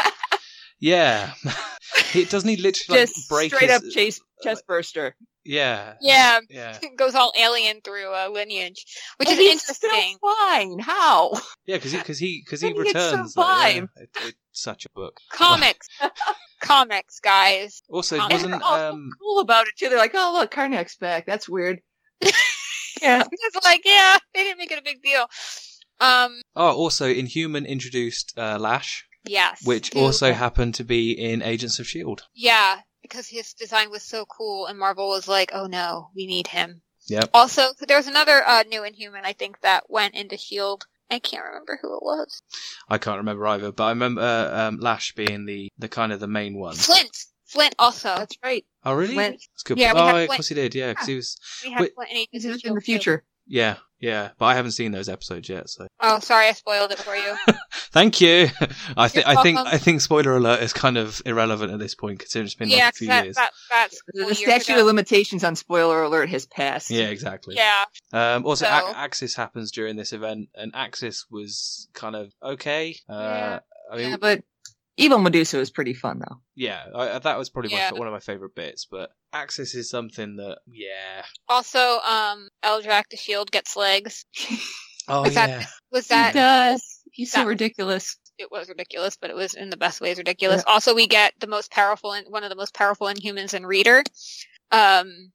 S2: yeah, it doesn't he literally like,
S3: Just
S2: break
S3: straight
S2: his- uh,
S3: up chase chest burster.
S2: Yeah.
S1: yeah,
S2: Yeah.
S1: goes all alien through uh, litage, which is
S3: And he's still
S1: interesting.
S3: fine. How?
S2: Yeah, because he because he, cause he
S3: Then he gets so
S2: returns. like, yeah,
S3: vibe.
S2: it- it's such a book.
S1: Comics, comics, guys.
S2: Also,
S1: Oh,
S2: it
S1: and
S3: And they're
S2: wasn't.
S3: all so
S2: Um,
S3: cool about it too. They're like, "Oh, look, Karnak's back. That's weird." yeah.
S1: It's like, yeah, they didn't make it a big deal. Um,
S2: oh, also, Inhuman introduced uh, Lash,
S1: yes.
S2: which
S1: Who-
S2: also happened to be in Agents of Shield.
S1: yeah, because his design was so cool, and Marvel was like, oh no, we need him.
S2: Yep.
S1: Also, there was another uh, new Inhuman, I think, that went into Shield. I can't remember who it was.
S2: I can't remember either, but I remember uh, um, Lash being the, the kind of the main one.
S1: Flint. Flint also.
S3: That's right.
S2: Oh, really?
S3: Flint.
S2: That's good.
S1: Yeah, we
S2: oh,
S1: have
S2: of
S1: Flint.
S2: course he did. Yeah, because he was.
S1: We have
S2: Wait.
S1: Flint and Agents
S3: This
S1: of
S3: is in
S1: Shield
S3: the
S1: too.
S3: future.
S2: Yeah, yeah, but I haven't seen those episodes yet. So
S1: Oh, sorry, I spoiled it for you.
S2: thank you. I think
S1: You're
S2: I think
S1: welcome.
S2: I think spoiler alert is kind of irrelevant at this point, considering it's been
S1: yeah,
S2: like a
S1: 'cause
S2: few
S1: that,
S2: years.
S1: that, that's
S3: The,
S1: four
S3: the
S1: years
S3: statute
S1: ago.
S3: of limitations on spoiler alert has passed.
S2: Yeah, exactly.
S1: Yeah,
S2: Um, also,
S1: So-
S2: A- Axis happens during this event, and Axis was kind of okay. Uh,
S1: Yeah.
S2: I mean,
S3: Yeah, but Evil Medusa was pretty fun though.
S2: yeah, I, I- that was probably
S1: Yeah.
S2: my, one of my favorite bits. But Axis is something that, yeah,
S1: Also, um, Eldrak the Shield gets legs.
S2: oh
S1: Was that-
S2: yeah,
S1: Was
S3: He
S1: that?
S3: does. He's so
S1: That-
S3: ridiculous.
S1: It was ridiculous, but it was in the best ways ridiculous. Also, we get the most powerful and one of the most powerful Inhumans in Reader. Um,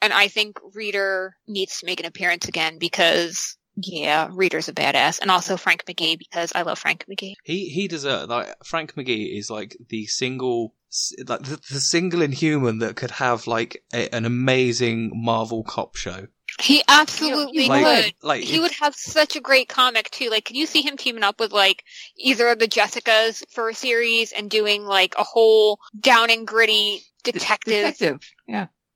S1: and I think Reader needs to make an appearance again because yeah, Reader's a badass, and also Frank McGee because I love Frank McGee.
S2: he he does a like Frank McGee is like the single s- like the, the single inhuman that could have like a, an amazing Marvel cop show.
S1: He absolutely
S3: He
S2: like
S1: could.
S2: like
S1: he would have such a great comic too. Like, could you see him teaming up with like either of the Jessicas for a series and doing like a whole down and gritty detective,
S3: Detective.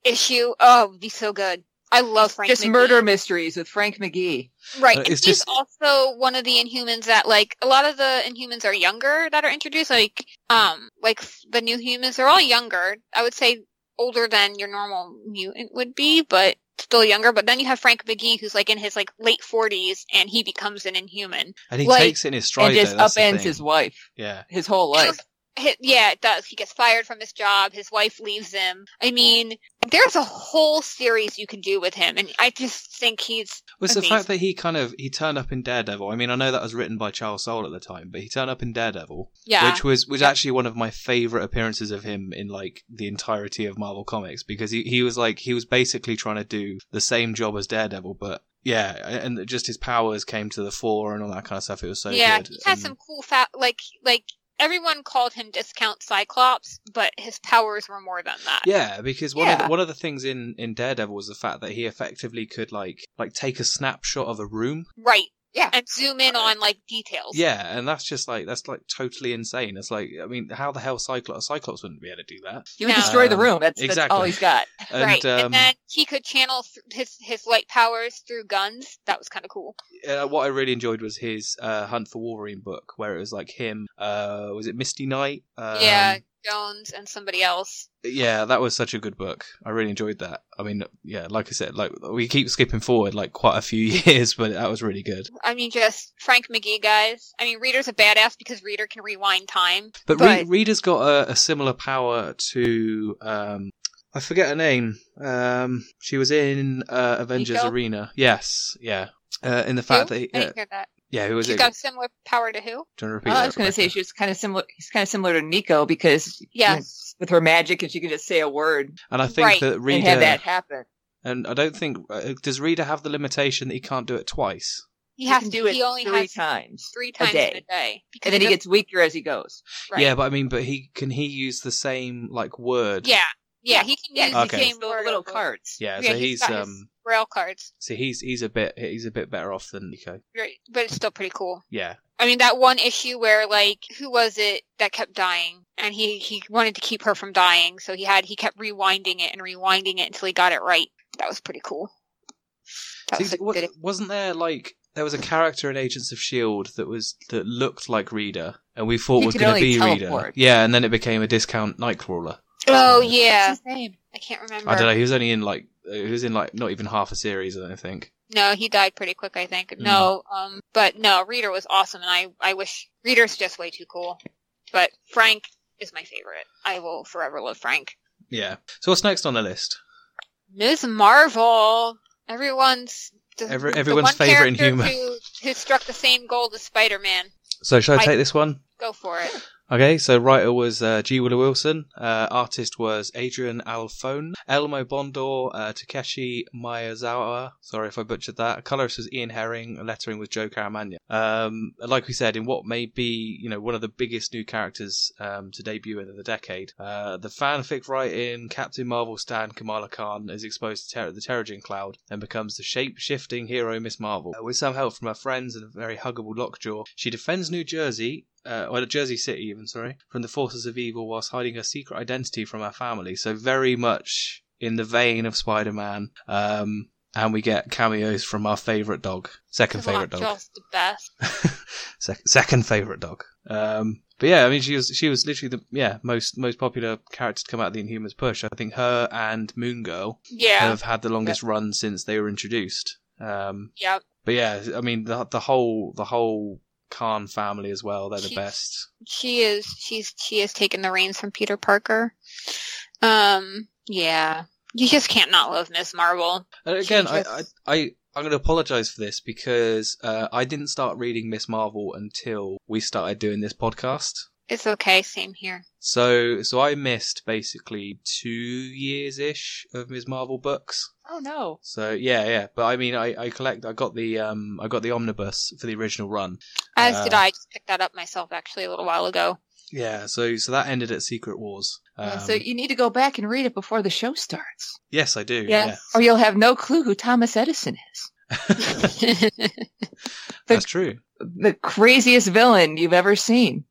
S1: issue? Oh, it'd be so good. I love Frank.
S3: Just
S1: McGee.
S3: murder mysteries with Frank McGee.
S1: right?
S2: Uh,
S1: and
S2: it's
S1: he's
S2: just-
S1: also one of the Inhumans that like a lot of the Inhumans are younger that are introduced. Like, um, like the new humans, they're all younger. I would say older than your normal mutant would be, but still younger, but then you have Frank McGee who's like in his like late forties and he becomes an inhuman.
S2: And he
S1: Like-
S2: takes it in his stride.
S3: and just
S2: though, that's the
S3: upends
S2: thing.
S3: his wife,
S2: Yeah.
S3: his whole life.
S1: Hi- Yeah, it does. He gets fired from his job. His wife leaves him. I mean, there's a whole series you can do with him, and I just think he's
S2: Was the
S1: Amazing.
S2: fact that he kind of he turned up in Daredevil. I mean, I know that was written by Charles Soule at the time, but he turned up in Daredevil,
S1: yeah.
S2: which was was actually one of my favorite appearances of him in like the entirety of Marvel comics because he, he was like he was basically trying to do the same job as Daredevil, but yeah, and just his powers came to the fore and all that kind of stuff. It was so
S1: yeah,
S2: good. Um,
S1: he has
S2: And-
S1: some cool fa- like like everyone called him discount Cyclops, but his powers were more than that.
S2: Yeah, because one of the,
S3: Yeah.
S2: one of the things in, in Daredevil was the fact that he effectively could like like take a snapshot of a room.
S1: Right.
S3: Yeah.
S1: And zoom in on like details.
S2: Yeah, and that's just like that's like totally insane. It's like I mean, how the hell Cyclops Cyclops wouldn't be able to do that?
S3: He would
S1: No.
S3: destroy the room. That's, that's
S2: Exactly.
S3: all he's got.
S2: And,
S1: right.
S2: um,
S1: and then he could channel th- his his light powers through guns. That was kind of cool.
S2: uh, what I really enjoyed was his uh, Hunt for Wolverine book, where it was like him. Uh, was it Misty Knight? Um,
S1: yeah, Jones and somebody else.
S2: yeah, that was such a good book. I really enjoyed that. I mean, yeah, like I said, like we keep skipping forward like quite a few years, but that was really good.
S1: I mean, just Frank McGee, guys. I mean, Reader's a badass because Reader can rewind time.
S2: But, Re-
S3: But-
S2: Reader's got a, a similar power to um, I forget her name. Um, she was in uh, Avengers
S1: Nico?
S2: Arena. Yes, yeah. Uh, in the fact
S1: Who?
S2: that
S1: I
S2: yeah,
S1: didn't hear that.
S2: yeah, who was
S1: She's
S2: it?
S1: got similar power to who?
S2: Do you wanna repeat
S3: Well, I
S2: that,
S3: was going to say
S2: Rebecca?
S3: she was kind of similar. He's kind of similar to Nico because
S1: Yes.
S3: with her magic, and she can just say a word
S2: and I think
S1: Right.
S2: that
S3: and have
S2: Reader
S3: that happen.
S2: and I don't think uh, does Reader have the limitation that he can't do it twice.
S1: He has
S3: can
S1: to.
S3: do it
S1: he only
S3: three
S1: has
S3: times,
S1: three times
S3: day.
S1: in a day. Because
S3: and then he
S1: doesn't-
S3: gets weaker as he goes.
S1: right.
S2: Yeah, but I mean, but he can he use the same like word.
S1: Yeah. Yeah, he can
S3: Yeah,
S1: use
S3: he
S2: Okay.
S1: the
S3: gets
S1: same
S3: the
S1: word
S3: little
S1: over-
S3: cards.
S2: yeah.
S1: Yeah,
S2: So
S1: he's
S2: he's,
S1: got his-
S2: um.
S1: Braille cards.
S2: So he's he's a bit he's a bit better off than Nico.
S1: Right, But it's still pretty cool.
S2: Yeah.
S1: I mean, that one issue where like who was it that kept dying, and he he wanted to keep her from dying, so he had he kept rewinding it and rewinding it until he got it right. That was pretty cool. That
S2: See,
S1: was a
S2: wa-
S1: good.
S2: wasn't there like there was a character in Agents of Shield E that was that looked like Reader, and we thought
S3: He
S2: was
S3: could
S2: going to
S3: only
S2: be Reader.
S3: teleport.
S2: Yeah, and then it became a discount Nightcrawler.
S1: Oh yeah,
S3: What's his name?
S1: I can't remember.
S2: I don't know. He was only in like uh, he was in like not even half a series. I don't think.
S1: No, he died pretty quick, I
S2: Mm.
S1: think. No, um, but no, Reader was awesome, and I I wish Reader's just way too cool. But Frank is my favorite. I will forever love Frank.
S2: Yeah. So what's next on the list?
S1: Ms. Marvel. Everyone's the,
S2: Every-
S1: the
S2: everyone's
S1: one
S2: favorite
S1: character
S2: Inhuman.
S1: Who, who struck the same gold as Spider Man?
S2: So shall I
S1: I-
S2: take this one?
S1: Go for it.
S2: Okay, so writer was uh, G. Willow Wilson, uh, artist was Adrian Alphone, Elmo Bondor, uh, Takeshi Miyazawa, sorry if I butchered that, colorist was Ian Herring, and lettering was Joe Caramagna. Um, like we said, in what may be, you know, one of the biggest new characters um, to debut in the decade, uh, the fanfic writing Captain Marvel stan Kamala Khan is exposed to ter- the Terrigen Cloud and becomes the shape-shifting hero Miss Marvel. Uh, with some help from her friends and a very huggable Lockjaw, she defends New Jersey uh, well, Jersey City, even sorry, from the forces of evil whilst hiding her secret identity from her family. So very much in the vein of Spider-Man. Um, and we get cameos from our favourite dog, second favourite dog,
S1: Just the best.
S2: Sec- second favourite dog. Um, but yeah, I mean, she was she was literally the yeah most most popular character to come out of the Inhumans push. I think her and Moon Girl
S1: Yeah.
S2: have had the longest run since they were introduced. Um,
S1: yeah.
S2: but yeah, I mean the the whole the whole Khan family as well. They're the
S1: She's-
S2: best.
S1: She is she's she has taken the reins from Peter Parker. Um yeah. You just can't not love Miss Marvel.
S2: And again, I, I,
S1: just-
S2: I, I'm going to apologize for this because uh, I didn't start reading Miss Marvel until we started doing this podcast.
S1: It's okay, same here.
S2: So, so I missed basically two years ish of Ms. Marvel books.
S3: Oh no!
S2: So yeah, yeah. But I mean, I, I collect. I got the um, I got the omnibus for the original run.
S1: As did
S2: Uh,
S1: I. I just picked that up myself actually a little while ago.
S2: Yeah. So, so that ended at Secret Wars.
S3: Yeah,
S2: Um,
S3: so you need to go back and read it before the show starts,
S2: yes, I do.
S1: Yes.
S3: or you'll have no clue who Thomas Edison is.
S2: Yeah. That's true.
S3: The craziest villain you've ever seen.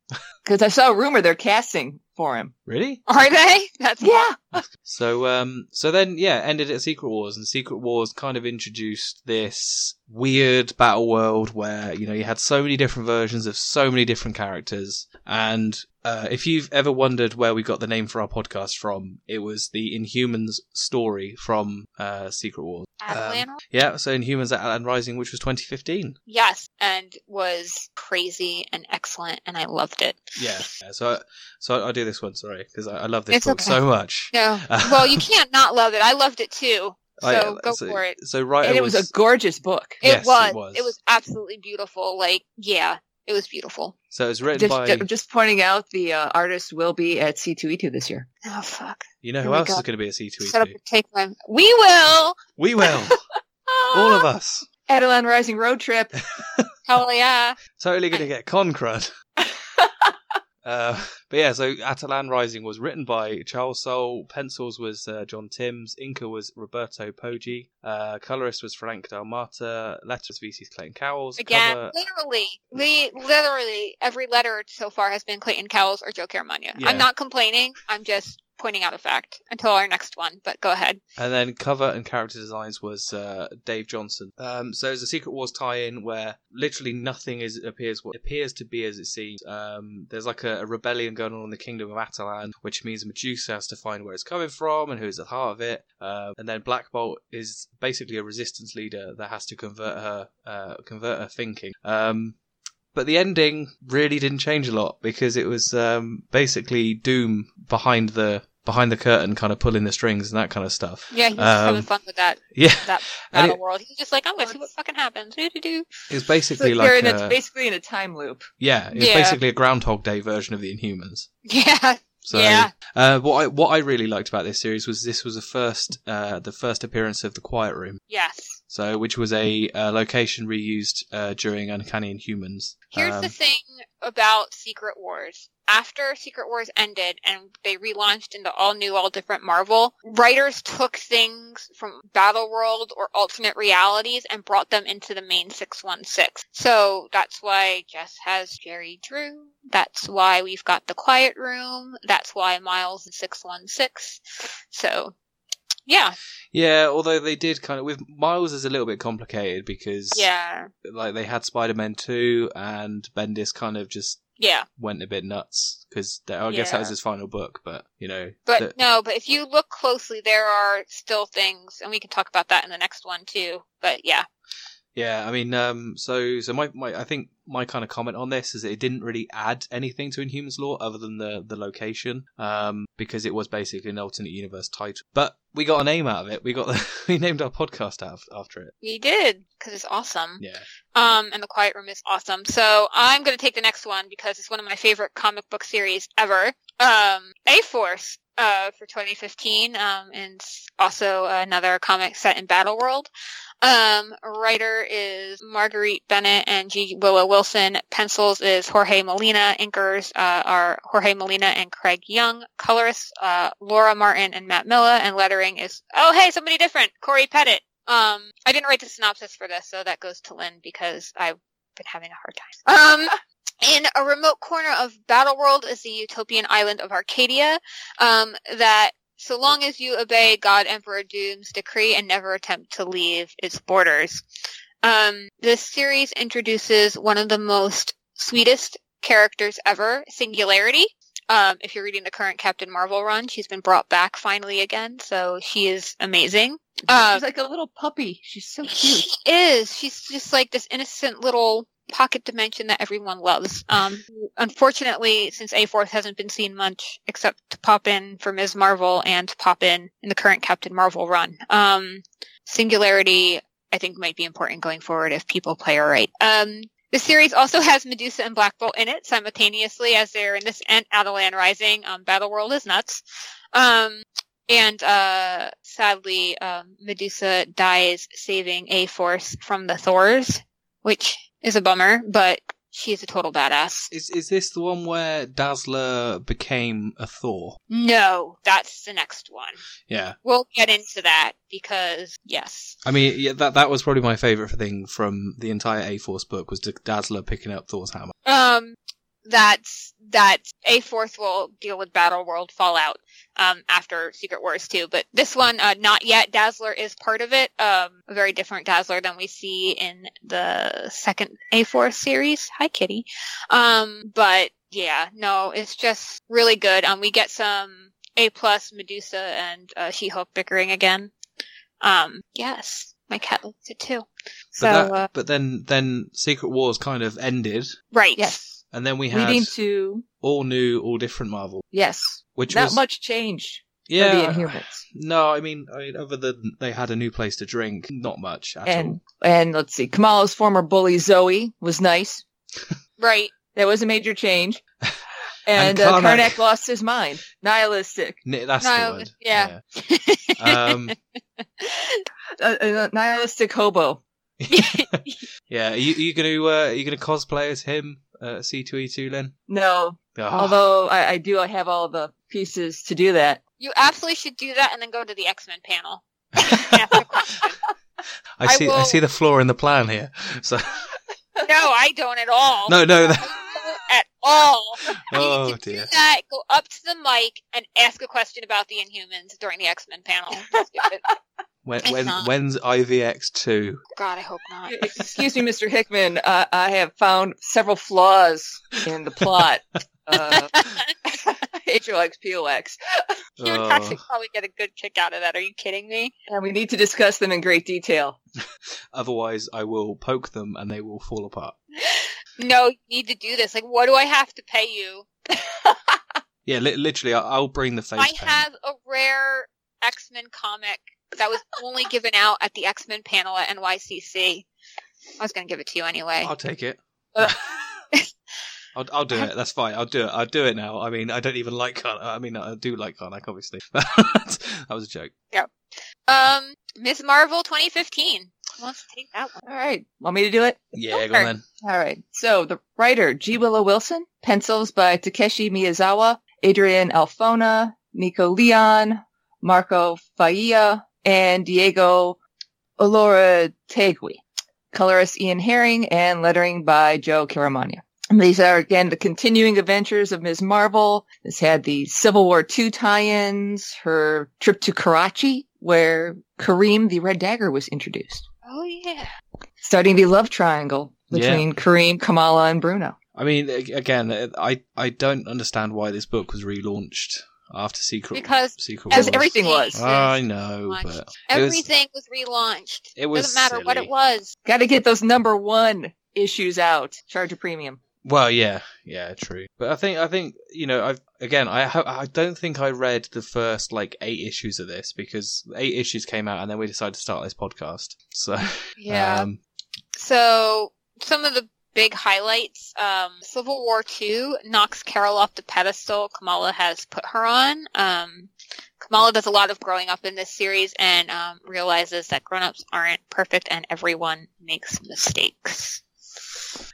S3: Because I saw a rumor they're casting for him.
S2: Really?
S1: Are they? That's
S3: Yeah.
S2: So um so then yeah, ended at Secret Wars and Secret Wars kind of introduced this weird battle world where, you know, you had so many different versions of so many different characters and Uh, if you've ever wondered where we got the name for our podcast from, it was the Inhumans story from uh, Secret Wars.
S1: Avalan.
S2: Yeah, so Inhumans at Atlan Rising, which was 2015.
S1: yes, and was crazy and excellent, and I loved it.
S2: Yeah, yeah, so I, so I, I do this one, sorry, because I, I love this
S1: It's
S2: book
S1: okay.
S2: so much.
S1: No, well, you can't not love it. I loved it too. So
S2: I-
S1: go
S2: so-
S1: for it.
S2: So right,
S3: and it was, a gorgeous book.
S1: It,
S2: Yes, it
S1: was, it was.
S2: was.
S1: absolutely beautiful. Like, yeah, it was beautiful.
S2: so it was written
S3: Just,
S2: by
S3: ju- just pointing out the uh, artist will be at C2E2 this year.
S1: Oh fuck!
S2: you know
S1: oh
S2: who
S1: my
S2: else is
S1: God.
S2: going to be a C two E
S1: Shut up
S2: two.
S1: and take my. We will. Ah,
S2: We will, all of us,
S3: Adeline Rising Road Trip.
S1: Hell yeah!
S2: totally going to get con crud. Uh, but yeah, so Atalan Rising was written by Charles Soule, pencils was uh, John Timms, inker was Roberto Poggi, uh, colorist was Frank Dalmata, letters VC's Clayton Cowles,
S1: Again,
S2: cover
S1: literally, li- literally every letter so far has been Clayton Cowles or Joe Caramagna.
S2: Yeah.
S1: I'm not complaining. I'm just pointing out a fact until our next one. But go ahead.
S2: And then cover and character designs was uh, Dave Johnson. Um, so there's a Secret Wars tie-in where literally nothing is appears what appears to be as it seems. Um, there's like a, a rebellion going on in the Kingdom of Atalan, which means Medusa has to find where it's coming from and who's at the heart of it. Um and then Black Bolt is basically a resistance leader that has to convert her uh, convert her thinking. Um, but the ending really didn't change a lot because it was um, basically Doom behind the behind the curtain, kind of pulling the strings and that kind of stuff.
S1: Yeah, he was
S2: Um,
S1: having fun with that
S2: Yeah,
S1: that
S2: And
S1: battle world. He was just like, I'm gonna see what fucking happens. Do do do.
S2: it was
S3: So
S2: basically
S3: you're
S2: like
S3: in a,
S2: a,
S3: basically in a time loop.
S2: yeah, it was
S1: Yeah.
S2: basically a Groundhog Day version of the Inhumans.
S1: Yeah,
S2: So
S1: yeah.
S2: uh, what I what I really liked about this series was this was the first uh, the first appearance of the Quiet Room,
S1: Yes.
S2: so which was a uh, location reused uh, during Uncanny Inhumans.
S1: Here's
S2: Um,
S1: the thing about Secret Wars. After Secret Wars ended and they relaunched into all new, all different Marvel, writers took things from Battle World or alternate realities and brought them into the main 616. So that's why Jess has Jerry Drew. That's why we've got the Quiet Room. That's why Miles is 616. So, yeah.
S2: Yeah, although they did kind of with Miles is a little bit complicated because
S1: Yeah.
S2: like they had Spider Man two and Bendis kind of just
S1: Yeah.
S2: went a bit nuts because I guess that
S1: Yeah.
S2: was his final book, but you know,
S1: But
S2: the-
S1: no, but if you look closely, there are still things, and we can talk about that in the next one too. But yeah,
S2: Yeah, I mean, um, so so my, my I think my kind of comment on this is it didn't really add anything to Inhumans lore other than the the location, um, because it was basically an alternate universe title. But we got a name out of it. We got the, we named our podcast out after it.
S1: we did because it's awesome.
S2: Yeah,
S1: Um, and the Quiet Room is awesome. So I'm going to take the next one because it's one of my favorite comic book series ever. Um, A Force. Uh, for 2015, um, and it's also another comic set in Battle World. Um, writer is Marguerite Bennett and G. Willow Wilson. Pencils is Jorge Molina. Inkers uh, are Jorge Molina and Craig Young. Colorists uh, Laura Martin and Matt Miller. And lettering is oh hey somebody different Corey Pettit. Um, I didn't write the synopsis for this, so that goes to Lynn because I've been having a hard time. Um. In a remote corner of Battleworld is the utopian island of Arcadia, um, that so long as you obey God Emperor Doom's decree and never attempt to leave its borders. Um, this series introduces one of the most sweetest characters ever, Singularity. Um, if you're reading the current Captain Marvel run, she's been brought back finally again, so she is amazing.
S2: Uh,
S1: Um,
S3: She's like a little puppy. She's so cute.
S1: she is. She's just like this innocent little pocket dimension that everyone loves. Um, unfortunately, since A Force hasn't been seen much except to pop in for Ms. Marvel and to pop in in the current Captain Marvel run. Um, Singularity, I think, might be important going forward if people play her right. Um, the series also has Medusa and Black Bolt in it simultaneously as they're in this and Adelan Rising. Um, Battle World is nuts. Um, and uh, sadly, um, Medusa dies saving A Force from the Thors, which is a bummer, but she's a total badass.
S2: is is this the one where Dazzler became a Thor?
S1: No, that's the next one.
S2: Yeah,
S1: We'll get into that because, yes.
S2: I mean, yeah, that that was probably my favorite thing from the entire A Force book was Dazzler picking up Thor's hammer.
S1: Um, that's that a fourth will deal with Battle World Fallout um, after Secret Wars two, but this one uh, not yet. Dazzler is part of it. Um, a very different Dazzler than we see in the second A Force series. Hi, Kitty. Um, but yeah, no, it's just really good. Um, we get some A plus Medusa and uh, She Hulk bickering again. Um, yes, my cat likes it too. So,
S2: but, that,
S1: uh,
S2: but then then Secret Wars kind of ended,
S1: right,
S3: Yes.
S2: and then we had
S3: Leading to
S2: all new, all different Marvel,
S3: yes,
S2: which
S3: not
S2: was
S3: much change
S2: yeah.
S3: for the Inhumans.
S2: no, I mean, I mean, other than they had a new place to drink, not much at all.
S3: And and let's see, Kamala's former bully Zoe was nice.
S1: right.
S3: That was a major change.
S2: And
S3: And, uh,
S2: Karnak.
S3: Karnak lost his mind. Nihilistic.
S2: Ni- that's
S1: No,
S2: the word.
S1: yeah.
S2: Yeah. um,
S3: Uh, uh, nihilistic hobo.
S2: yeah. Are you, are you gonna uh, are you gonna cosplay as him? Uh, C two E two, Lynn.
S3: No,
S2: Oh,
S3: although I, I do have all the pieces to do that.
S1: You absolutely should do that and then go to the X Men panel. Ask a question.
S2: I see. I,
S1: will-
S2: see the flaw in the plan here. So
S1: no, I don't at all.
S2: no, no.
S1: I
S2: That,
S1: don't at all. I
S2: oh
S1: need to do
S2: dear.
S1: that. Go up to the mic and ask a question about the Inhumans during the X Men panel. Stupid.
S2: When,
S1: It's
S2: when
S1: not.
S2: when's IVX two?
S1: God, I hope not.
S3: E, Excuse me, Mr. Hickman. Uh, I have found several flaws in the plot. Uh, HOX, POX.
S1: He would actually
S2: Oh.
S1: probably get a good kick out of that. Are you kidding me?
S3: And we need to discuss them in great detail.
S2: Otherwise, I will poke them and they will fall apart.
S1: No, you need to do this. Like, what do I have to pay you?
S2: Yeah, li- literally, I- I'll bring the face
S1: I
S2: paint.
S1: have a rare X Men comic that was only given out at the X Men panel at NYCC. I was going to give it to you anyway.
S2: I'll take it.
S3: Uh.
S2: I'll, I'll do it. That's fine. I'll do it. I'll do it now. I mean, I don't even like Karnak. I mean, I do like Karnak, obviously. that was a joke.
S1: Um, Miss Marvel 2015. Who wants to take that one?
S3: All right. Want me to do it?
S2: Yeah, go
S1: Sure.
S2: on then.
S3: All right. So the writer G. Willow Wilson, pencils by Takeshi Miyazawa, Adrian Alfona, Nico Leon, Marco Faia, and Diego Olora Tegui. Colorist Ian Herring and lettering by Joe Caramagna. These are again the continuing adventures of Ms. Marvel. This had the Civil War II tie-ins, her trip to Karachi, where Kareem the Red Dagger was introduced
S1: Oh yeah.
S3: starting the love triangle between Kareem, Kamala, and Bruno.
S2: I mean, a- again, uh, I I don't understand why this book was relaunched after Secret
S1: Because
S2: Secret
S3: Because
S2: Wars.
S3: everything was.
S2: I know,
S1: Launched.
S2: but Uh, it was-
S1: Everything was, relaunched.
S2: it was
S1: Doesn't matter what
S2: silly.
S1: it was.
S3: Got to get those number one issues out. Charge a premium.
S2: Well, yeah, yeah, true. But I think I think you know I've again I ha- I don't think I read the first like eight issues of this because eight issues came out and then we decided to start this podcast. So
S1: Yeah.
S2: um,
S1: so some of the big highlights: um, Civil War Two knocks Carol off the pedestal Kamala has put her on. Um, Kamala does a lot of growing up in this series and um, realizes that grown-ups aren't perfect and everyone makes mistakes.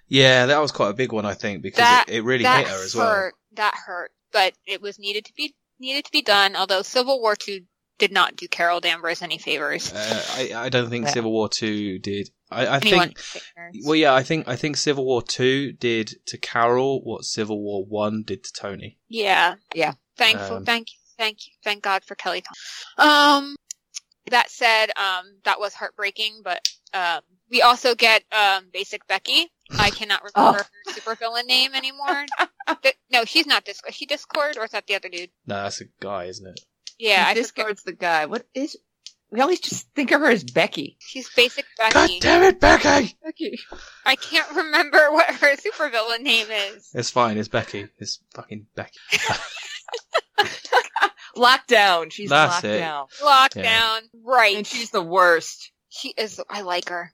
S2: yeah, that was quite a big one I think because
S1: That-
S2: it, it really
S1: that
S2: hit her as well.
S1: hurt. That hurt, but it was needed to be needed to be done. Although Civil War Two did not do Carol Danvers any favors.
S2: Uh, I I don't think
S3: Yeah.
S2: Civil War Two did. I, I
S1: Anyone
S2: think
S1: favors.
S2: well yeah I think I think Civil War Two did to Carol what Civil War One did to Tony.
S1: Yeah.
S3: Yeah.
S1: Thankful.
S2: Um,
S1: thank you. Thank you. Thank God for Kelly. Thompson. Um, that said, um, that was heartbreaking, but, um, we also get, um, basic Becky. I cannot remember her supervillain name anymore. Th- no, she's not Discord. She Discord or is that the other dude?
S2: No, that's a guy, isn't it?
S1: Yeah. I
S3: he
S1: Discord.
S3: discards the guy. What is? We always just think of her as Becky.
S1: She's basic
S2: God
S1: Becky.
S2: damn it, Becky!
S3: Becky.
S1: I can't remember what her supervillain name is.
S2: It's fine. It's Becky. It's fucking Becky.
S3: Lockdown. She's
S2: That's
S3: locked
S2: it.
S3: down,
S1: Lockdown. Right.
S3: and she's the worst.
S1: she is, I like her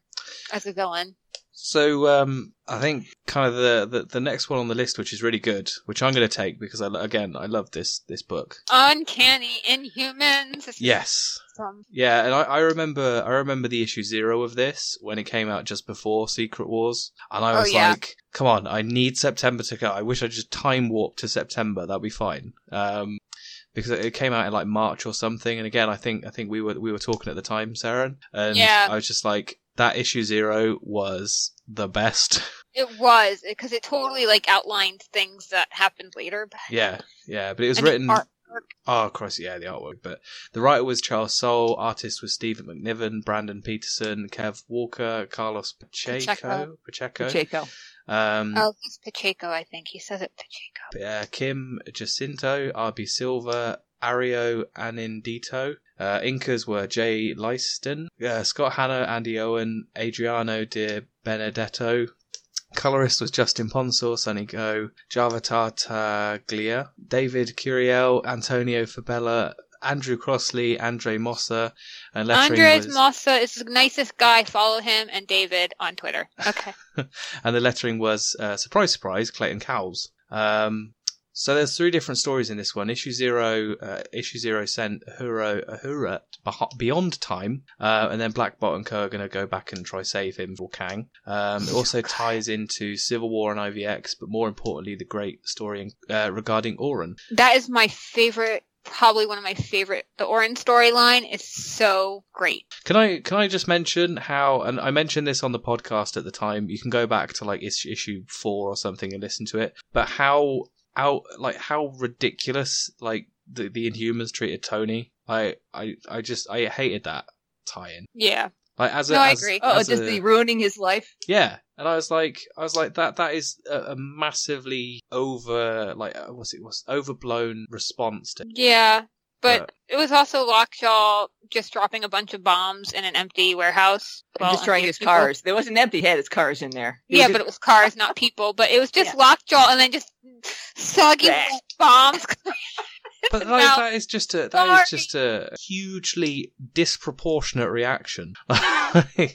S1: as a villain.
S2: So um, I think kind of the, the the next one on the list, which is really good, which I'm going to take because I lo- again I love this this book.
S1: Uncanny Inhumans. This is
S2: Yes,
S1: awesome.
S2: yeah, and I, I remember I remember the issue zero of this when it came out just before Secret Wars, and I
S1: Oh,
S2: was
S1: yeah.
S2: like, come on, I need September to go. I wish I just time warped to September. That'd be fine. Um, because it it came out in like March or something, and again, I think I think we were we were talking at the time, Sarah, and
S1: Yeah.
S2: I was just like, that issue zero was the best.
S1: It was because it totally like outlined things that happened later. But
S2: Yeah, yeah, but it was
S1: And the
S2: written
S1: art-
S2: Oh, Christ, yeah, the artwork. But the writer was Charles Soule, artist was Stephen McNiven, Brandon Peterson, Kev Walker, Carlos Pacheco,
S3: Pacheco.
S2: Pacheco,
S3: Pacheco.
S2: um,
S1: Oh, he's Pacheco, I think. He says it Pacheco.
S2: uh, Kim Jacinto, RB Silva, Ario Anindito. Uh, Incas were Jay Lyston, uh, Scott Hanna, Andy Owen, Adriano de Benedetto. Colorist was Justin Ponsor, Sonny Go, Java Tartaglia, David Curiel, Antonio Fabella, Andrew Crossley, Andre Mossa, and lettering
S1: Andres
S2: was...
S1: Mossa is the nicest guy. Follow him and David on Twitter. Okay.
S2: and the lettering was uh, surprise, surprise, Clayton Cowles. Um, so there's three different stories in this one. Issue zero, uh, issue zero sent Ahura, Ahura beh- beyond time, uh, and then Black Bot and Co are going to go back and try save him for Kang. Um, it also ties into Civil War and IVX, but more importantly, the great story in, uh, regarding Orin.
S1: that is my favorite, probably one of my favorite. The Orin storyline is so great.
S2: Can I can I just mention how and I mentioned this on the podcast at the time. You can go back to like issue, issue four or something and listen to it. But how how like how ridiculous like the the Inhumans treated Tony. I I I just I hated that tie-in.
S1: Yeah.
S2: Like as a
S1: No, I
S2: as-
S1: agree.
S3: Oh,
S2: as
S3: just
S2: a-
S3: the ruining his life.
S2: yeah, and I was like, I was like that. That is a, a massively over like uh, what's it was overblown response to
S1: Yeah. But
S2: Uh,
S1: it was also Lockjaw just dropping a bunch of bombs in an empty warehouse.
S3: and destroying
S1: empty
S3: his
S1: people.
S3: cars. There wasn't empty. He had his cars in there. He
S1: Yeah,
S3: was
S1: but it was cars, not people. But it was just Lockjaw and then just soggy
S3: Blech.
S1: wet bombs.
S2: But
S1: Now-
S2: like, that is just a that is
S1: Sorry.
S2: just a hugely disproportionate reaction. oh, I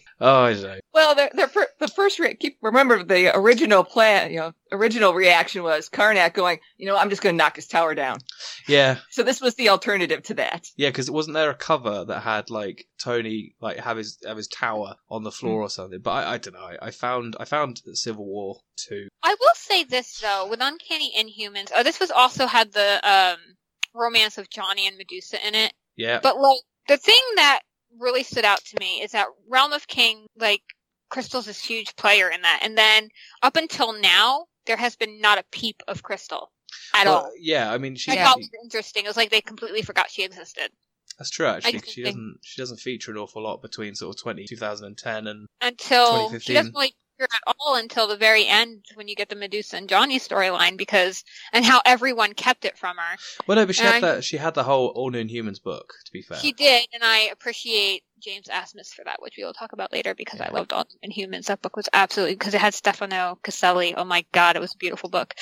S2: don't know.
S3: Well, the the, fir- the first re- keep remember the original plan. You know, original reaction was Karnak going, you know, I'm just going to knock his tower down.
S2: Yeah,
S3: So this was the alternative to that.
S2: yeah. Because wasn't there a cover that had like Tony like have his have his tower on the floor or something? But I, I don't know. I, I found I found Civil War two.
S1: I will say this though, with Uncanny Inhumans, oh, this was also had the um, romance of Johnny and Medusa in it.
S2: Yeah,
S1: But like the thing that really stood out to me is that Realm of King, like Crystal's this huge player in that, and then up until now, there has been not a peep of Crystal at
S2: Well,
S1: all.
S2: Yeah, I mean she.
S1: I
S3: yeah.
S1: thought it was interesting. It was like they completely forgot she existed
S2: That's true actually.
S1: just
S2: 'cause she
S1: think-
S2: doesn't she doesn't feature an awful lot between sort of 20, 2010 and
S1: until she
S2: 2015.
S1: doesn't really appear at all until the very end when you get the Medusa and Johnny storyline because and how everyone kept it from her.
S2: well no, but she had
S1: And I-
S2: that she had the whole All New Humans book. To be fair,
S1: He did, and I appreciate James Asmus for that, which we will talk about later because I
S2: Yeah.
S1: loved All in Humans. That book was absolutely because it had Stefano Caselli. Oh my god, it was a beautiful book.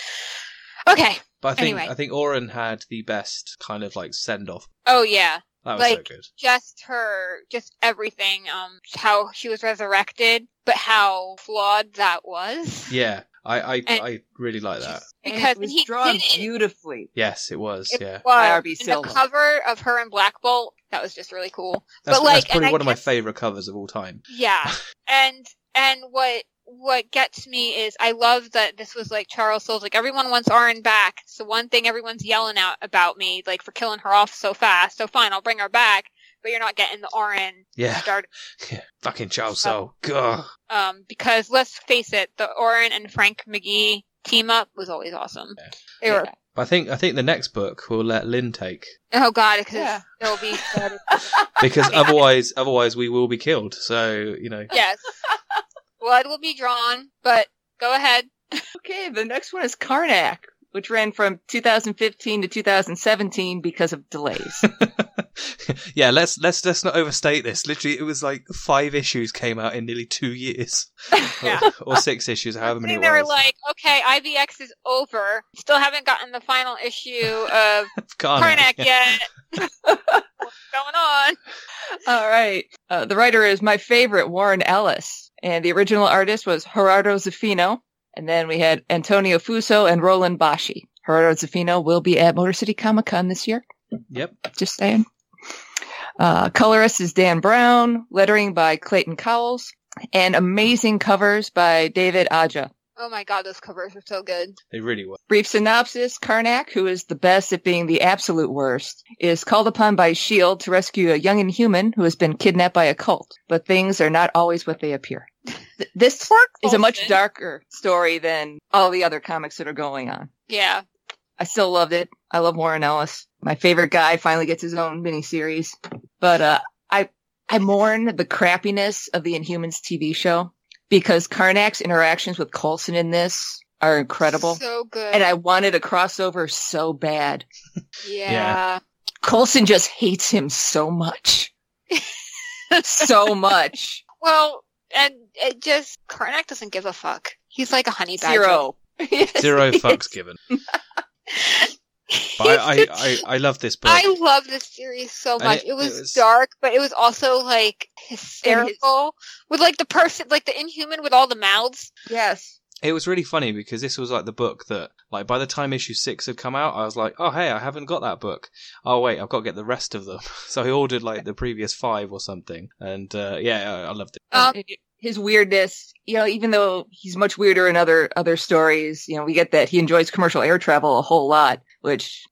S1: Okay.
S2: but I think
S1: anyway.
S2: I think Oren had the best kind of like send off.
S1: Oh yeah,
S2: That was
S1: Like,
S2: so good.
S1: just her, just everything. Um, how she was resurrected, but how flawed that was.
S2: Yeah, I I,
S1: And-
S2: I really like that.
S3: And
S1: Because
S3: it was
S1: he
S3: drawn
S1: did it.
S3: beautifully.
S2: Yes, it was.
S1: It
S2: yeah,
S1: was.
S3: By R.B.
S1: And
S3: Silva.
S1: the cover of her and Black Bolt that was just really cool.
S2: that's,
S1: but, like,
S2: that's probably
S1: and I
S2: one of my
S1: guess-
S2: favorite covers of all time.
S1: Yeah. And and what what gets me is I love that this was like Charles Soule's like everyone wants Arn back. It's the one thing everyone's yelling out about me, like for killing her off so fast. So fine, I'll bring her back, but you're not getting the Arn
S2: Yeah,
S1: started.
S2: yeah. fucking Charles
S1: So-
S2: Soule. Gah.
S1: Um, because let's face it, the Orin and Frank McGee team up was always awesome.
S2: Yeah.
S1: They were,
S2: But I think I think the next book we'll let Lynn take
S1: oh god, because
S3: Yeah.
S1: they'll be
S2: because otherwise otherwise we will be killed. So you know.
S1: yes, blood will be drawn. But go ahead.
S3: Okay, the next one is Karnak, which ran from 2015 to 2017 because of delays.
S2: yeah, let's let's let's not overstate this. Literally, it was like five issues came out in nearly two years,
S1: Yeah.
S2: or, or six issues, however many
S1: think
S2: it
S1: they were
S2: was.
S1: like, okay, IVX is over. Still haven't gotten the final issue of
S2: Karnak,
S1: Karnak
S2: yeah.
S1: yet. What's going on?
S3: All right. Uh, the writer is my favorite, Warren Ellis, and the original artist was Gerardo Zaffino. And then we had Antonio Fuso and Roland Bashi. Gerardo Zaffino will be at Motor City Comic Con this year.
S2: Yep.
S3: Just saying. Uh, colorist is Dan Brown, lettering by Clayton Cowles, and amazing covers by David Aja.
S1: Oh my god, those covers are so good.
S2: They really were.
S3: Brief synopsis Karnak, who is the best at being the absolute worst, is called upon by S.H.I.E.L.D. E to rescue a young inhuman who has been kidnapped by a cult, but things are not always what they appear. Th- This
S1: Poor
S3: is a much
S1: Coulson.
S3: darker story than all the other comics that are going on.
S1: Yeah.
S3: I still loved it. I love Warren Ellis. my favorite guy finally gets his own miniseries. But uh, I I mourn the crappiness of the Inhumans TV show because Karnak's interactions with Coulson in this are incredible,
S1: So good.
S3: and I wanted a crossover so bad.
S1: yeah.
S3: Coulson just hates him so much, so much.
S1: Well, and it just Karnak doesn't give a fuck. He's like a honey badger.
S3: Zero. Yes,
S2: Zero
S3: yes.
S2: fucks given. But I, I, I, I love this book.
S1: I love this series so
S2: And
S1: much.
S2: it-
S1: It, was
S2: it was-
S1: dark, but it was also like hysterical with like the person, like the Inhuman with all the mouths.
S3: Yes.
S2: It was really funny because this was like the book that, like, by the time issue six had come out, I was like, oh, hey, I haven't got that book. Oh, wait, I've got to get the rest of them. So I ordered, like, the previous five or something. And, uh, yeah, I, I loved it.
S1: Um,
S3: his weirdness, you know, even though he's much weirder in other other stories, you know, we get that he enjoys commercial air travel a whole lot, which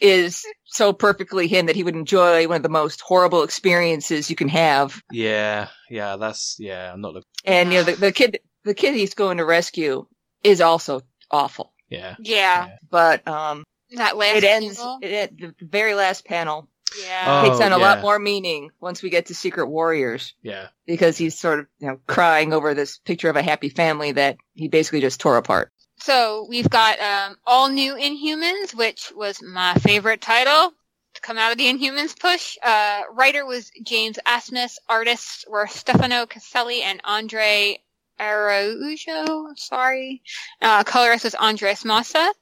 S3: is so perfectly him that he would enjoy one of the most horrible experiences you can have.
S2: Yeah, yeah, that's, yeah, I'm not looking.
S3: And you know, the, the kid the kid he's going to rescue is also awful.
S2: Yeah.
S1: Yeah,
S3: But um
S1: that last
S3: it ends
S1: panel.
S3: it, at the very last panel
S1: Yeah,
S3: takes
S2: Oh,
S3: on
S2: yeah.
S3: a lot more meaning once we get to Secret Warriors.
S2: Yeah.
S3: because he's sort of you know crying over this picture of a happy family that he basically just tore apart.
S1: So we've got um, All New Inhumans, which was my favorite title to come out of the Inhumans push. Uh, writer was James Asmus. Artists were Stefano Caselli and Andre Araujo. Sorry. Uh, colorist was Andres Massa.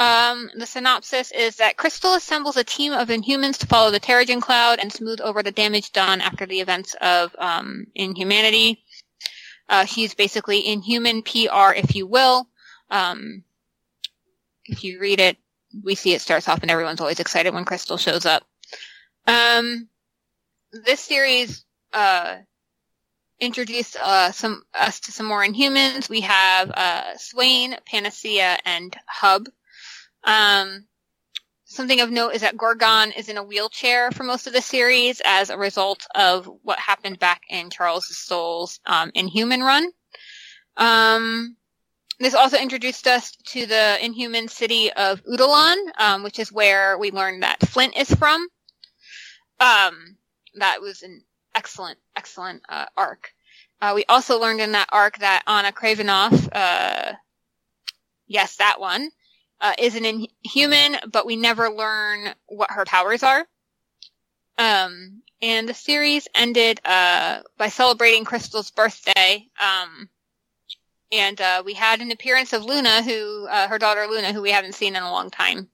S1: Um, the synopsis is that Crystal assembles a team of Inhumans to follow the Terrigen Cloud and smooth over the damage done after the events of um, Inhumanity. Uh, she's basically Inhuman PR, if you will. Um, if you read it, we see it starts off, and everyone's always excited when Crystal shows up. Um, this series uh, introduced uh, some us to some more Inhumans. We have uh, Swain, Panacea, and Hub. Um, something of note is that Gorgon is in a wheelchair for most of the series as a result of what happened back in Charles Soul's um, Inhuman run. Um, this also introduced us to the Inhuman city of Udalon, um, which is where we learned that Flint is from. Um, that was an excellent, excellent uh, arc. Uh, we also learned in that arc that Anna Kravinoff, uh, yes, that one, uh, is an inhuman, but we never learn what her powers are. Um, and the series ended uh, by celebrating Crystal's birthday. Um, and uh, we had an appearance of Luna, who uh, her daughter Luna, who we haven't seen in a long time.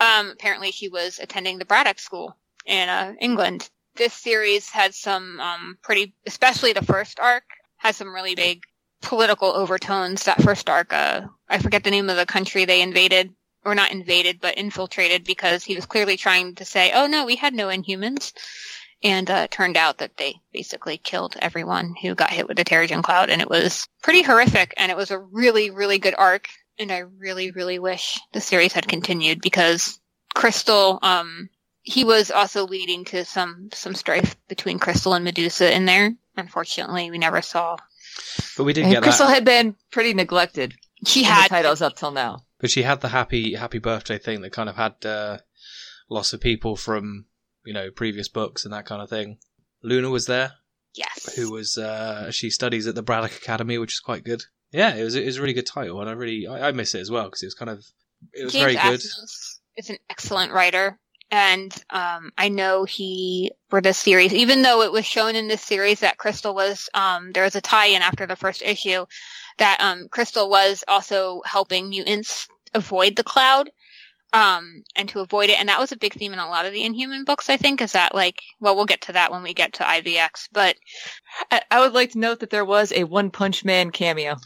S1: Um, apparently, she was attending the Braddock School in uh, England. This series had some um, pretty, especially the first arc, had some really big political overtones. That first arc, uh, I forget the name of the country they invaded, or not invaded, but infiltrated, because he was clearly trying to say, "Oh no, we had no Inhumans." And uh, it turned out that they basically killed everyone who got hit with the Terrigen Cloud, and it was pretty horrific. And it was a really, really good arc. And I really, really wish the series had continued because Crystal, um, he was also leading to some some strife between Crystal and Medusa in there. Unfortunately, we never saw.
S2: But we did
S3: And
S2: get
S3: Crystal
S2: that.
S3: had been pretty neglected
S1: She
S3: in
S1: had
S3: the titles up till now.
S2: But she had the happy, happy birthday thing that kind of had, uh, lots of people from, you know, previous books and that kind of thing. Luna was there.
S1: yes.
S2: who was uh, she studies at the Braddock Academy, which is quite good. Yeah, it was it was a really good title, and I really I, I miss it as well because it was kind of it was very good.
S1: Asmus is an excellent writer, and um, I know he for this series, even though it was shown in this series that Crystal was um, there was a tie-in after the first issue that um, Crystal was also helping mutants avoid the cloud um, and to avoid it, and that was a big theme in a lot of the Inhuman books. I think is that like well, we'll get to that when we get to IVX, but
S3: I, I would like to note that there was a One Punch Man cameo.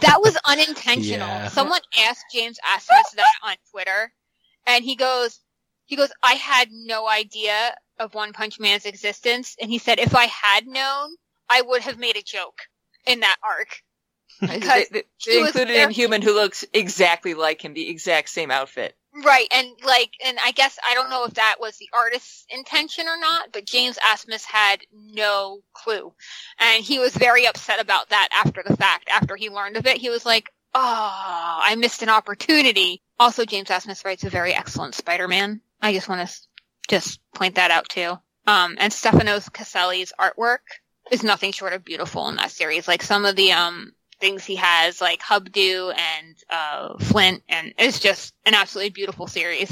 S1: That was unintentional.
S2: Yeah.
S1: Someone asked James Asmus that on Twitter, and he goes, he goes, I had no idea of One Punch Man's existence, and he said, if I had known, I would have made a joke in that arc.
S3: They, they-
S1: he
S3: they
S1: was
S3: included
S1: there-
S3: an human who looks exactly like him, the exact same outfit.
S1: Right, and like, and I guess I don't know if that was the artist's intention or not, but James Asmus had no clue, and he was very upset about that after the fact. After he learned of it, he was like, "Oh, I missed an opportunity." Also, James Asmus writes a very excellent Spider-Man. I just want to just point that out too. Um, and Stefano Caselli's artwork is nothing short of beautiful in that series. Like some of the um things he has, like Hubdo and uh, Flint, and it's just an absolutely beautiful series.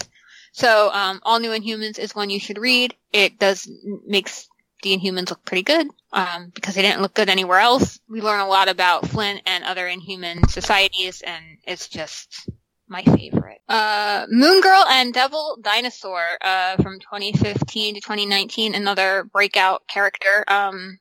S1: So um, All New Inhumans is one you should read. It does makes the Inhumans look pretty good um, because they didn't look good anywhere else. We learn a lot about Flint and other Inhuman societies, and it's just my favorite. Uh, Moon Girl and Devil Dinosaur uh, from 2015 to 2019, another breakout character um,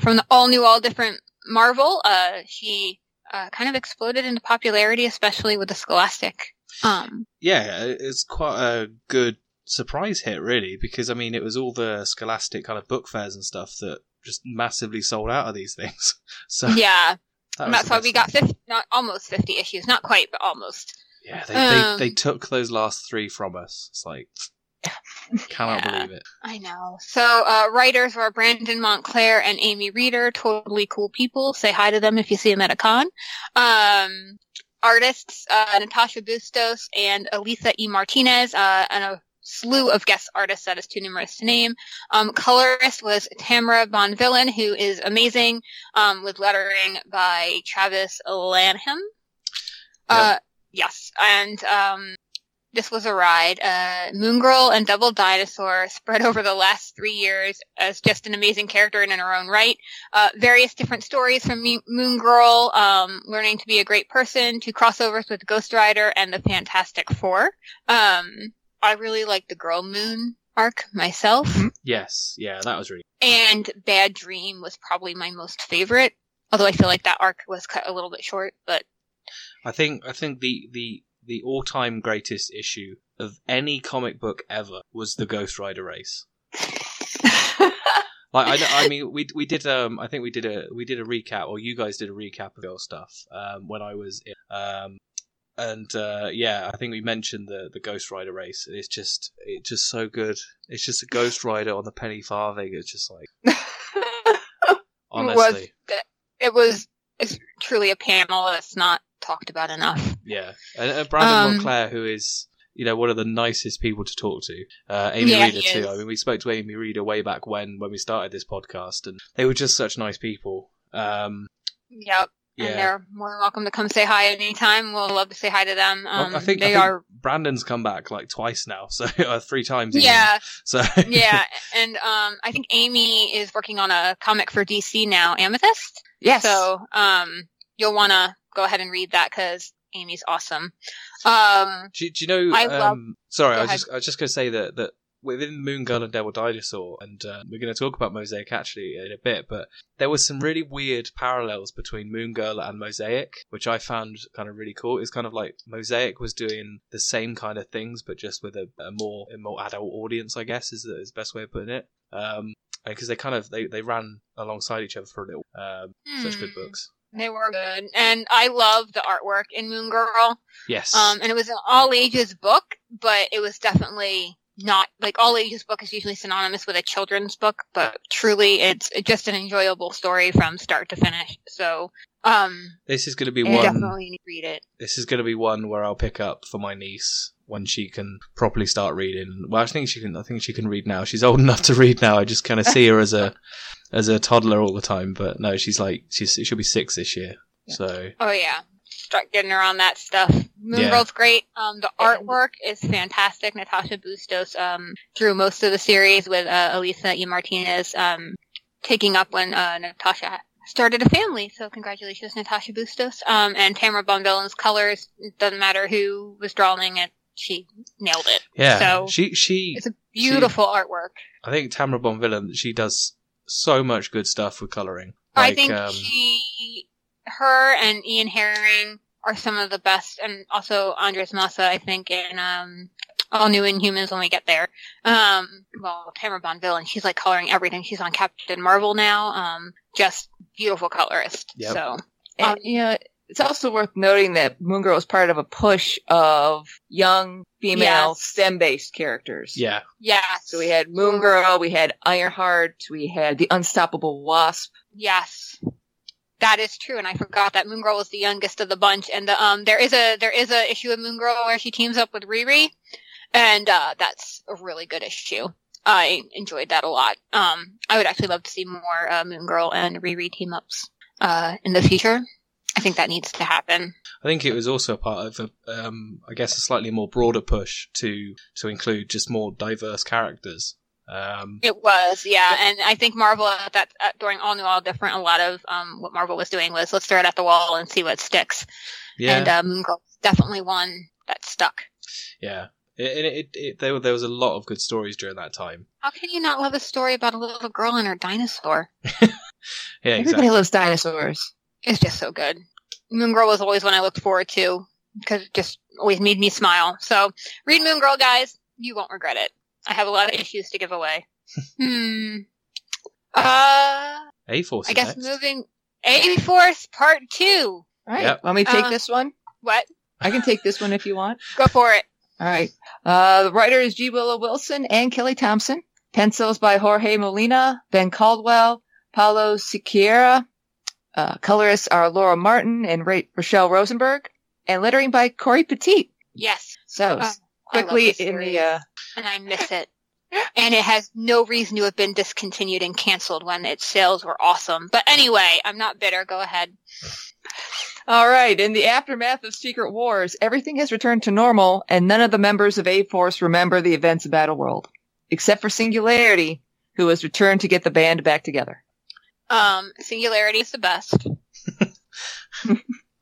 S1: from the all new, all different Marvel. Uh, she uh, kind of exploded into popularity, especially with the Scholastic. Um,
S2: yeah, it's quite a good surprise hit, really, because I mean, it was all the Scholastic kind of book fairs and stuff that just massively sold out of these things. So
S1: yeah,
S2: that
S1: and
S2: was
S1: that's why
S2: the
S1: we
S2: best.
S1: got 50, not almost 50 issues, not quite, but almost.
S2: Yeah, they,
S1: Um,
S2: they they took those last three from us. It's like cannot
S1: Yeah.
S2: believe it.
S1: I know. So, uh, writers were Brandon Montclair and Amy Reeder, totally cool people. Say hi to them if you see them at a con. Um, artists, uh, Natasha Bustos and Elisa E. Martinez, uh, and a slew of guest artists that is too numerous to name. Um, colorist was Tamara Bonvillain, who is amazing, um, with lettering by Travis Lanham. Uh, yes. And, um, this was a ride. Uh, Moon Girl and Double Dinosaur spread over the last three years as just an amazing character and in her own right. Uh, various different stories from Mo- Moon Girl, um, learning to be a great person, to crossovers with Ghost Rider and the Fantastic Four. Um, I really like the Girl Moon arc myself,
S2: Yes, yeah, that was really
S1: and Bad Dream was probably my most favorite. Although I feel like that arc was cut a little bit short, but
S2: I think I think the the the all time greatest issue of any comic book ever was the Ghost Rider race. Like I, know- I mean, we we did um I think we did a we did a recap or you guys did a recap of your stuff um when I was in, um and uh yeah I think we mentioned the the Ghost Rider race. It's just it's just so good. It's just a Ghost Rider on the penny farthing. It's just like
S1: was-
S2: honestly,
S1: it was it's truly a panel that's not talked about enough.
S2: Yeah, and, and Brandon
S1: Um,
S2: Montclair, who is you know one of the nicest people to talk to. Uh, Amy
S1: Yeah,
S2: Reader
S1: he
S2: too.
S1: is.
S2: I mean, we spoke to Amy Reader way back when when we started this podcast, and they were just such nice people. Um,
S1: Yep. And
S2: yeah,
S1: they're more than welcome to come say hi anytime. We'll love to say hi to them.
S2: Well,
S1: Um,
S2: I think I
S1: they
S2: think
S1: are,
S2: Brandon's come back like twice now, so uh, three times. even.
S1: yeah,
S2: So
S1: yeah. And um, I think Amy is working on a comic for DC now, Amethyst.
S3: yes.
S1: So um, you'll want to go ahead and read that because Amy's awesome. Um,
S2: Do, do you know?
S1: I
S2: um,
S1: love-
S2: Sorry,
S1: Go
S2: I was
S1: ahead.
S2: just I was just going to say that that within Moon Girl and Devil Dinosaur, and uh, we're going to talk about Mosaic actually in a bit, but there was some really weird parallels between Moon Girl and Mosaic, which I found kind of really cool. It's kind of like Mosaic was doing the same kind of things, but just with a, a more a more adult audience, I guess is the, is the best way of putting it. Um, because they kind of they, they ran alongside each other for a little. Um, Such good
S1: hmm,
S2: books.
S1: They were good. And I love the artwork in Moon Girl.
S2: Yes.
S1: Um, and it was an all ages book, but it was definitely not like all ages book is usually synonymous with a children's book, but truly it's just an enjoyable story from start to finish. So, um,
S2: this is going to be
S1: you
S2: one.
S1: definitely need to read it.
S2: this is going to be one where I'll pick up for my niece when she can properly start reading. Well, I think she can. I think she can read now. She's old enough to read now. I just kind of see her as a as a toddler all the time. But no, she's like she's she'll be six this year. So
S1: Oh yeah. Start getting her on that stuff. Moon
S2: Yeah.
S1: Girl's great. Um, the
S3: Yeah.
S1: artwork is fantastic. Natasha Bustos, um, drew most of the series with, uh, Elisa E. Martinez, um, taking up when, uh, Natasha started a family. So congratulations, Natasha Bustos. Um, and Tamara Bonvillen's colors. It doesn't matter who was drawing it. She nailed it.
S2: yeah,
S1: So-
S2: she she
S1: It's a beautiful artwork.
S2: I think Tamara Bonvillain she does so much good stuff with coloring. um,
S1: I think she, her, and Ian Herring are some of the best, and also Andres Massa. I think in um, All New Inhumans when we get there. Um, well, Tamara Bonvillain, she's like coloring everything. She's on Captain Marvel now. Um, just beautiful colorist.
S2: Yep.
S1: So
S3: And, you know, it's also worth noting that Moon Girl is part of a push of young female
S1: Yes.
S3: STEM-based characters.
S2: yeah,
S1: yes,
S3: So we had Moon Girl, we had Ironheart, we had the Unstoppable Wasp.
S1: Yes. That is true, and I forgot that Moon Girl was the uh, youngest of the bunch. And the, um, there is a there is a issue of Moon Girl where she teams up with Riri, and uh, that's a really good issue. I enjoyed that a lot. Um, I would actually love to see more uh, Moon Girl and Riri team ups uh, in the future. I think that needs to happen.
S2: I think it was also a part of, a, um, I guess, a slightly more broader push to to include just more diverse characters. Um,
S1: It was, yeah, and I think Marvel at that uh, during All New All Different, a lot of um, what Marvel was doing was let's throw it at the wall and see what sticks.
S2: yeah,
S1: And uh, Moon Girl was definitely one that stuck.
S2: yeah. It, it, it, it, there, were- there was a lot of good stories during that time.
S1: How can you not love a story about a little girl and her dinosaur?
S2: Yeah,
S3: Everybody
S2: exactly.
S3: loves dinosaurs.
S1: It's just so good. Moon Girl was always one I looked forward to because it just always made me smile. So read Moon Girl, guys. You won't regret it. I have a lot of issues to give away. hmm. Uh,
S2: A Force.
S1: I guess moving A Force Part Two.
S3: All right.
S2: Yep.
S3: Let me take
S1: Uh,
S3: this one.
S1: What?
S3: I can take this one if you want.
S1: Go for it.
S3: All right. Uh, the writer is G. Willow Wilson and Kelly Thompson. Pencils by Jorge Molina, Ben Caldwell, Paulo Siqueira. Uh, colorists are Laura Martin and Ra- Rochelle Rosenberg. And lettering by Corey Petit.
S1: Yes,
S3: So
S1: Oh,
S3: quickly
S1: this
S3: in the
S1: series.
S3: uh,
S1: and I miss it. and it has no reason to have been discontinued and canceled when its sales were awesome. But anyway, I'm not bitter. Go ahead.
S3: All right. In the aftermath of Secret Wars, everything has returned to normal, and none of the members of A Force remember the events of Battleworld, except for Singularity, who has returned to get the band back together.
S1: Um, Singularity is the best.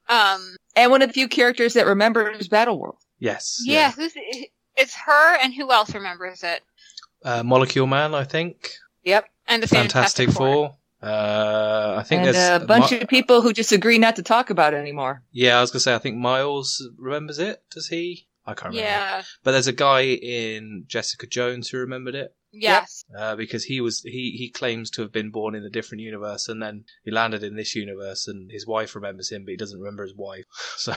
S1: um,
S3: And one of the few characters that remembers Battleworld.
S2: Yes.
S1: Yeah, who's it's her and who else remembers it?
S2: Uh, Molecule Man, I think.
S3: Yep.
S1: And the
S2: Fantastic, Four. Uh, I think
S3: And
S2: there's
S3: a bunch
S2: Mi-
S3: of people who just agree not to talk about it anymore.
S2: Yeah, I was gonna say. I think Miles remembers it. Does he? I can't remember.
S1: Yeah.
S2: But there's a guy in Jessica Jones who remembered it
S1: Yes.
S2: uh, because he was he he claims to have been born in a different universe and then he landed in this universe and his wife remembers him, but he doesn't remember his wife. So,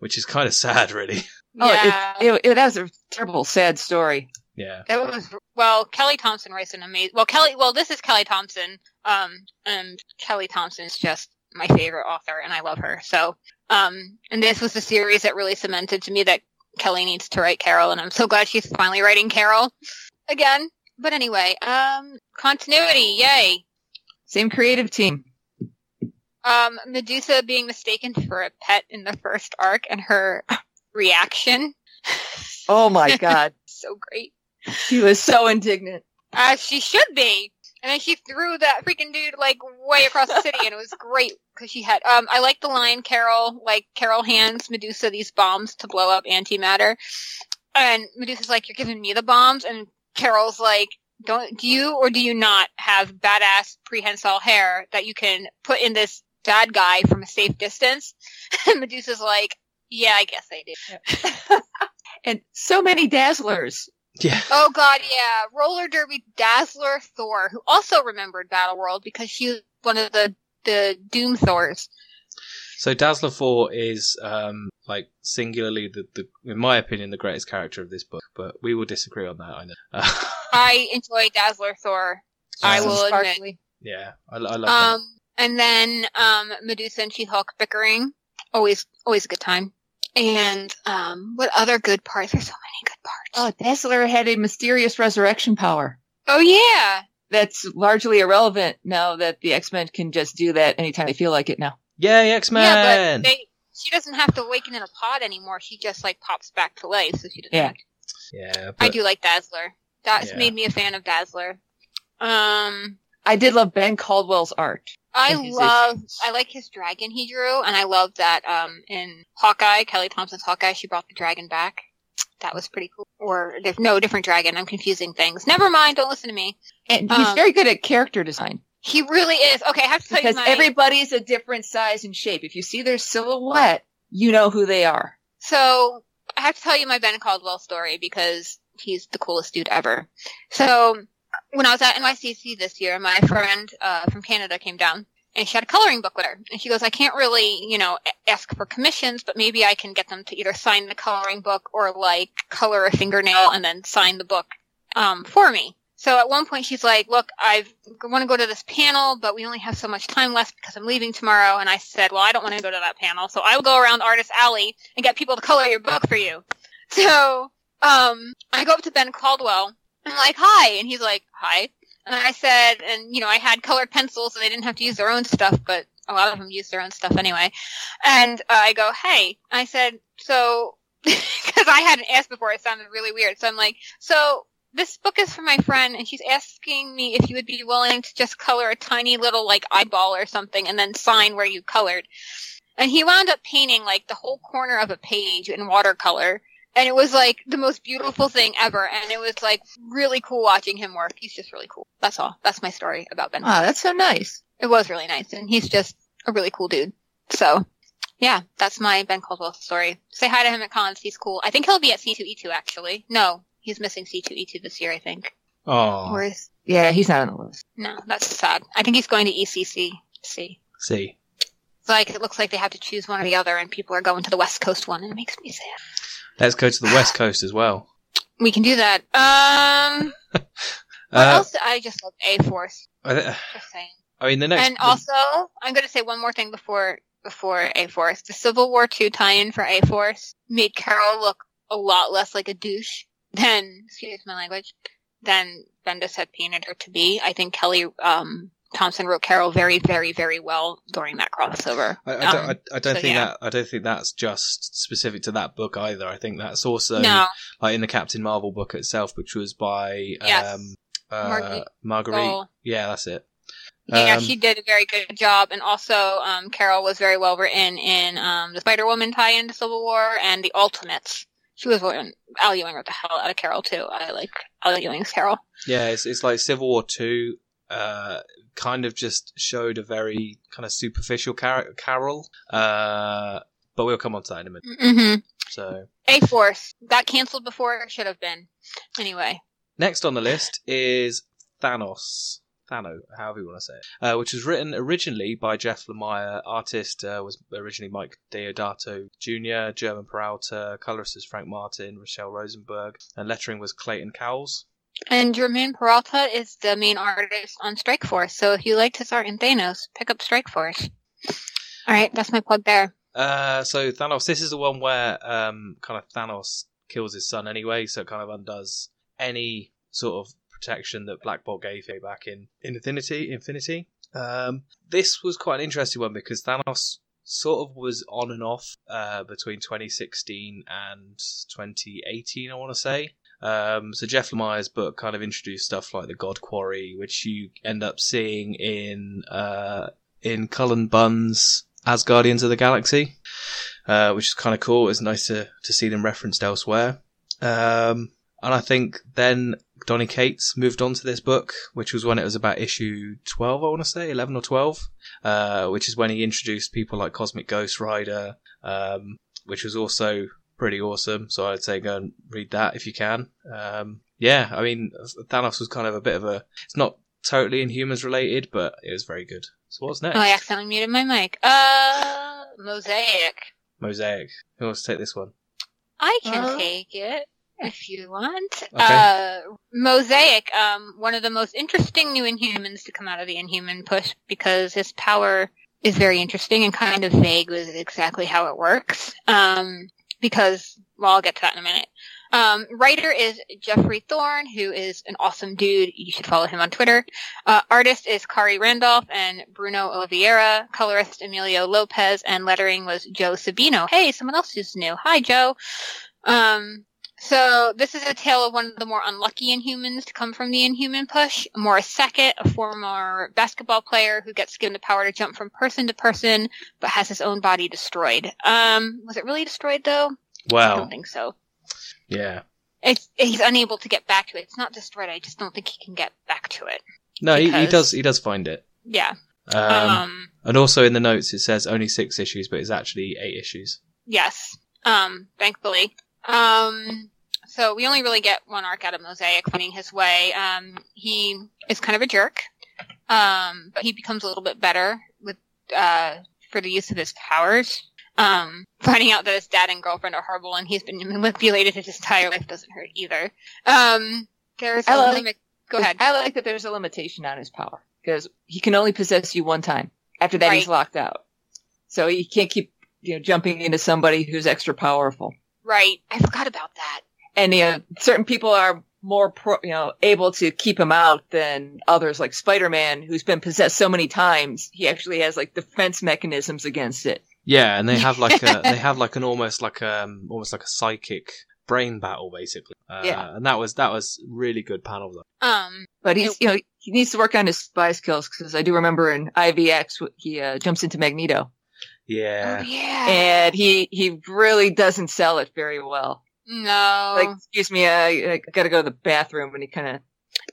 S2: which is kind of sad, really.
S3: Oh, it-
S1: yeah.
S3: It, it, that was a terrible, sad story.
S2: Yeah.
S1: that was well. Kelly Thompson writes an amazing. Well, Kelly. Well, this is Kelly Thompson. Um, and Kelly Thompson is just my favorite author, and I love her. So, um, and this was the series that really cemented to me that Kelly needs to write Carol, and I'm so glad she's finally writing Carol again. But anyway, um, continuity, yay!
S3: Same creative team.
S1: Um, Medusa being mistaken for a pet in the first arc and her reaction.
S3: Oh my God.
S1: So great.
S3: She was so indignant.
S1: As Uh, she should be. And then she threw that freaking dude like way across the city and it was great because she had, um, I like the line Carol, like Carol hands Medusa these bombs to blow up antimatter. And Medusa's like, you're giving me the bombs. And Carol's like, don't, do you or do you not have badass prehensile hair that you can put in this bad guy from a safe distance? and Medusa's like, yeah, I guess I do.
S3: And so many dazzlers.
S2: Yeah.
S1: Oh god, yeah. Roller Derby Dazzler Thor, who also remembered Battleworld because she was one of the the Doom Thors.
S2: So Dazzler Four is um like singularly the, the in my opinion the greatest character of this book, but we will disagree on that. I know. Uh,
S1: I enjoy Dazzler Thor. I
S2: um,
S1: will admit.
S3: Sparkly.
S2: Yeah, I, I love that.
S1: Um and then um Medusa and She Hulk bickering. Always always a good time. And um what other good parts? There's so many good parts.
S3: Oh, Dazzler had a mysterious resurrection power
S1: Oh, yeah.
S3: that's largely irrelevant now that the X Men can just do that anytime they feel like it now.
S2: Yay, X
S1: Yeah,
S2: Men!
S1: but they she doesn't have to awaken in a pod anymore. She just like pops back to life, so she doesn't
S3: Yeah.
S1: have to
S2: Yeah,
S1: I
S2: but-
S1: do like Dazzler. That's
S2: Yeah.
S1: made me a fan of Dazzler. Um,
S3: I did love Ben Caldwell's art.
S1: I
S3: And his
S1: love,
S3: issues.
S1: I like his dragon he drew, and I love that um, in Hawkeye, Kelly Thompson's Hawkeye, she brought the dragon back. That was pretty cool. Or dif- no, different dragon. I'm confusing things. Never mind. Don't listen to me.
S3: And he's
S1: Um,
S3: very good at character design
S1: He really is. Okay, I have to tell
S3: because
S1: you my
S3: everybody's a different size and shape. If you see their silhouette, you know who they are.
S1: So I have to tell you my Ben Caldwell story because he's the coolest dude ever. So when I was at NYCC this year, my friend uh, from Canada came down and she had a coloring book with her. And she goes, I can't really, you know, a- ask for commissions, but maybe I can get them to either sign the coloring book or like color a fingernail and then sign the book um, for me. So at one point she's like, look, I want to go to this panel, but we only have so much time left because I'm leaving tomorrow. And I said, well, I don't want to go to that panel. So I will go around Artist Alley and get people to color your book for you. So um, I go up to Ben Caldwell. I'm like, hi. And he's like, hi. And I said, and you know, I had colored pencils and they didn't have to use their own stuff, but a lot of them used their own stuff anyway. And uh, I go, hey. I said, so, because I hadn't asked before, it sounded really weird. So I'm like, so this book is for my friend and she's asking me if you would be willing to just color a tiny little like eyeball or something and then sign where you colored. And he wound up painting like the whole corner of a page in watercolor. And it was like the most beautiful thing ever. And it was like really cool watching him work. He's just really cool. That's all. That's my story about Ben.
S3: Wow, that's so nice.
S1: It was really nice. And he's just a really cool dude. So yeah, that's my Ben Caldwell story. Say hi to him at cons. He's cool. I think he'll be at C2E2 actually. No, he's missing C2E2 this year, I think.
S2: Oh,
S1: Or is,
S3: Yeah, he's not on the list.
S1: no, that's sad. I think he's going to E ECCC. It's
S2: see.
S1: like it looks like they have to choose one or the other, and people are going to the West Coast one, and it makes me sad.
S2: Let's go to the West Coast as well.
S1: We can do that. Um, what
S2: Uh,
S1: else? I just love A Force.
S2: I, th-
S1: Just saying.
S2: I mean, the next.
S1: and also, I'm going to say one more thing before before A Force. The Civil War II tie-in for A Force made Carol look a lot less like a douche than, excuse my language, than Bendis had painted her to be. I think Kelly um, Thompson wrote Carol very, very, very well during that crossover.
S2: I, I don't,
S1: um,
S2: I, I don't
S1: so
S2: think
S1: yeah.
S2: that I don't think that's just specific to that book either. I think that's also
S1: no,
S2: like in the Captain Marvel book itself, which was by
S1: Yes.
S2: um, uh,
S1: Marguerite
S2: Marguerite.
S1: Gaul.
S2: Yeah, that's it.
S1: yeah,
S2: Um,
S1: she did a very good job, and also um, Carol was very well written in um, the Spider Woman tie-in to Civil War and the Ultimates. She was written. Al Ewing wrote the hell out of Carol too. I like Al Ewing's Carol.
S2: Yeah, it's it's like Civil War Two. Uh, kind of just showed a very kind of superficial car- Carol. Uh, but we'll come on to that in a
S1: hmm
S2: minute. So
S1: A Force got canceled before it should have been. Anyway,
S2: Next on the list is Thanos. Thano, however you want to say it, uh, which was written originally by Jeff Lemire. Artist uh, was originally Mike Deodato Jr., German Peralta, colorist is Frank Martin, Rochelle Rosenberg, and lettering was Clayton Cowles.
S1: and Jermaine Peralta is the main artist on Strike Force. So if you liked his art in Thanos, pick up Strike Force. All right, that's my plug there.
S2: Uh, so Thanos, this is the one where um, kind of Thanos kills his son anyway, so it kind of undoes any sort of protection that Black Bolt gave him back in Infinity. Infinity. Um, this was quite an interesting one because Thanos sort of was on and off uh, between 2016 and 2018, I want to say. Um, so Jeff Lemire's book kind of introduced stuff like the God Quarry, which you end up seeing in uh, in Cullen Bunn's As Guardians of the Galaxy, uh, which is kind of cool. It's nice to, to see them referenced elsewhere. Um, and I think then Donny Cates moved on to this book, which was when it was about issue 12, I want to say, 11 or 12, uh, which is when he introduced people like Cosmic Ghost Rider, um, which was also pretty awesome. So I'd say go and read that if you can. Um, yeah, I mean, Thanos was kind of a bit of a. It's not totally Inhumans related, but it was very good. So what's next?
S1: Oh, I accidentally muted my mic. Uh, Mosaic.
S2: Mosaic. Who wants to take this one?
S1: I can
S3: Huh?
S1: take it if you want. Uh, Mosaic, um, one of the most interesting new Inhumans to come out of the Inhuman push because his power is very interesting and kind of vague with exactly how it works. Um, because, well, I'll get to that in a minute. Um, writer is Jeffrey Thorne, who is an awesome dude. You should follow him on Twitter. Uh, artist is Kari Randolph and Bruno Oliveira. Colorist Emilio Lopez, and lettering was Joe Sabino. Hey, someone else who's new. Hi, Joe. Um, so this is a tale of one of the more unlucky Inhumans to come from the Inhuman push. Morris Sackett, a former basketball player who gets given the power to jump from person to person, but has his own body destroyed. Um, was it really destroyed though? I
S2: Wow.
S1: don't think so.
S2: Yeah.
S1: It's, he's unable to get back to it. It's not destroyed. I just don't think he can get back to it.
S2: No, he, he
S1: Because-
S2: does. He does find it.
S1: Yeah.
S2: Um,
S1: um
S2: and also in the notes it says only six issues, but it's actually eight issues.
S1: Yes. Um, thankfully. Um, so we only really get one arc out of Mosaic finding his way. Um, he is kind of a jerk. Um, but he becomes a little bit better with, uh, for the use of his powers. Um, finding out that his dad and girlfriend are horrible and he's been manipulated his entire life doesn't hurt either. Um, there's a
S3: I like-
S1: limit. Go ahead.
S3: I like that there's a limitation on his power because he can only possess you one time. After that, he's
S1: Right.
S3: locked out. So he can't keep, you know, jumping into somebody who's extra powerful.
S1: Right. I forgot about that.
S3: and you know, certain people are more pro, you know able to keep him out than others like spider-man who's been possessed so many times he actually has like defense mechanisms against it
S2: Yeah, and they have like a they have like an almost like um almost like a psychic brain battle basically. Uh,
S3: Yeah.
S2: and that was that was really good panel though.
S1: Um,
S3: but he's you know he needs to work on his spy skills because i do remember in ivx wh- he uh, jumps into
S1: oh,
S3: magneto
S2: Yeah.
S1: yeah.
S3: and he he really doesn't sell it very well
S1: No.
S3: like excuse me i, I gotta go to the bathroom and he kind of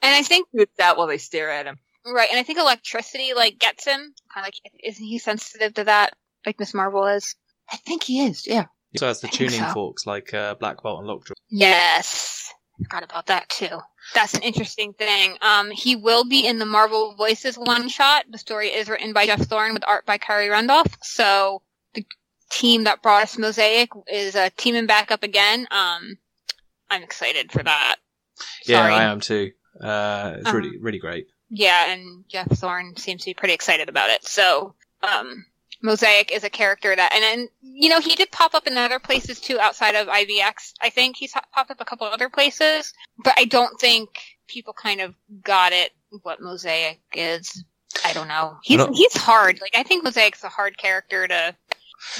S1: and I think
S3: shoots out while they stare at him
S1: Right, and I think electricity like gets him. Kind of like, isn't he sensitive to that? Like Miss Marvel is.
S3: i think he is yeah
S2: So has the
S1: I think
S2: tuning
S1: so.
S2: forks like uh, Black Bolt and Lockjaw.
S1: Yes, forgot about that too. That's an interesting thing. Um, he will be in the Marvel Voices one shot. The story is written by Jeff Thorne with art by Kyrie Randolph. So the team that brought us Mosaic is uh, teaming back up again. Um, I'm excited for that. Sorry. Uh-huh.
S2: Yeah, I am too. Uh, it's really really great.
S1: Yeah, and Jeff Thorne seems to be pretty excited about it. So, um, Mosaic is a character that, and then, you know, he did pop up in other places too outside of IVX. I think he's ho- popped up a couple other places, but I don't think people kind of got it what Mosaic is. I don't know. He's,
S2: don't-
S1: he's hard. Like, I think Mosaic's a hard character to.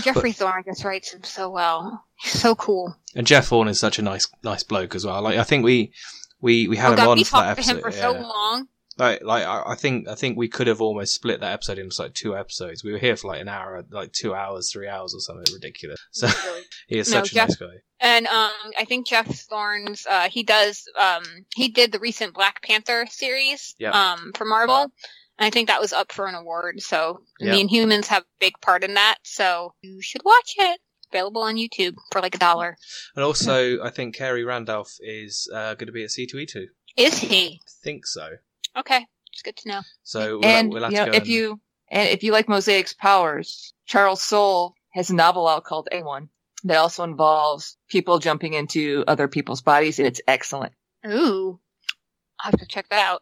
S1: Jeffrey Thorne just writes him so well. He's so cool.
S2: And Jeff Horn is such a nice nice bloke as well. Like I think we we we had
S1: Oh,
S2: him
S1: God,
S2: on
S1: we
S2: for that
S1: talked to
S2: episode.
S1: him for
S2: yeah.
S1: so long.
S2: Like, like I, I think I think we could have almost split that episode into like two episodes. We were here for like an hour, like two hours, three hours or something ridiculous. So he is
S1: No,
S2: such a
S1: Jeff-
S2: nice guy.
S1: And um, I think Jeff Thorne's uh, he does um, he did the recent Black Panther series
S2: Yep.
S1: um, for Marvel, and I think that was up for an award. So and
S2: Yep.
S1: the Inhumans have a big part in that, so you should watch it. Available on YouTube for like a dollar.
S2: And also, I think Kerry Randolph is uh, going to be at C2E2. I
S1: Is he
S2: think so.
S1: okay? It's good to know.
S2: So we'll,
S3: and
S2: we'll have
S3: you
S2: to
S3: know,
S2: go
S3: if
S2: and-
S3: you and if you like Mosaic's powers, Charles Soule has a novel out called A1 that also involves people jumping into other people's bodies, and it's excellent.
S1: Ooh, I'll have to check that out.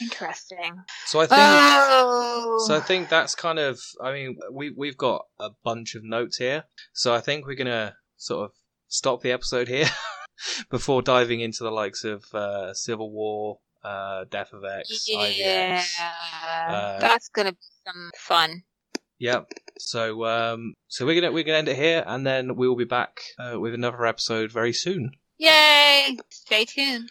S1: Interesting.
S2: So I think.
S3: Ah!
S1: Oh,
S2: So I think that's kind of. I mean, we we've got a bunch of notes here. So I think we're gonna sort of stop the episode here before diving into the likes of uh, Civil War, uh, Death of X,
S1: yeah,
S2: IVX. uh,
S1: that's gonna be some fun.
S2: Yep. So um, so we're gonna we're gonna end it here, and then we will be back uh, with another episode very soon.
S1: Yay! Stay tuned.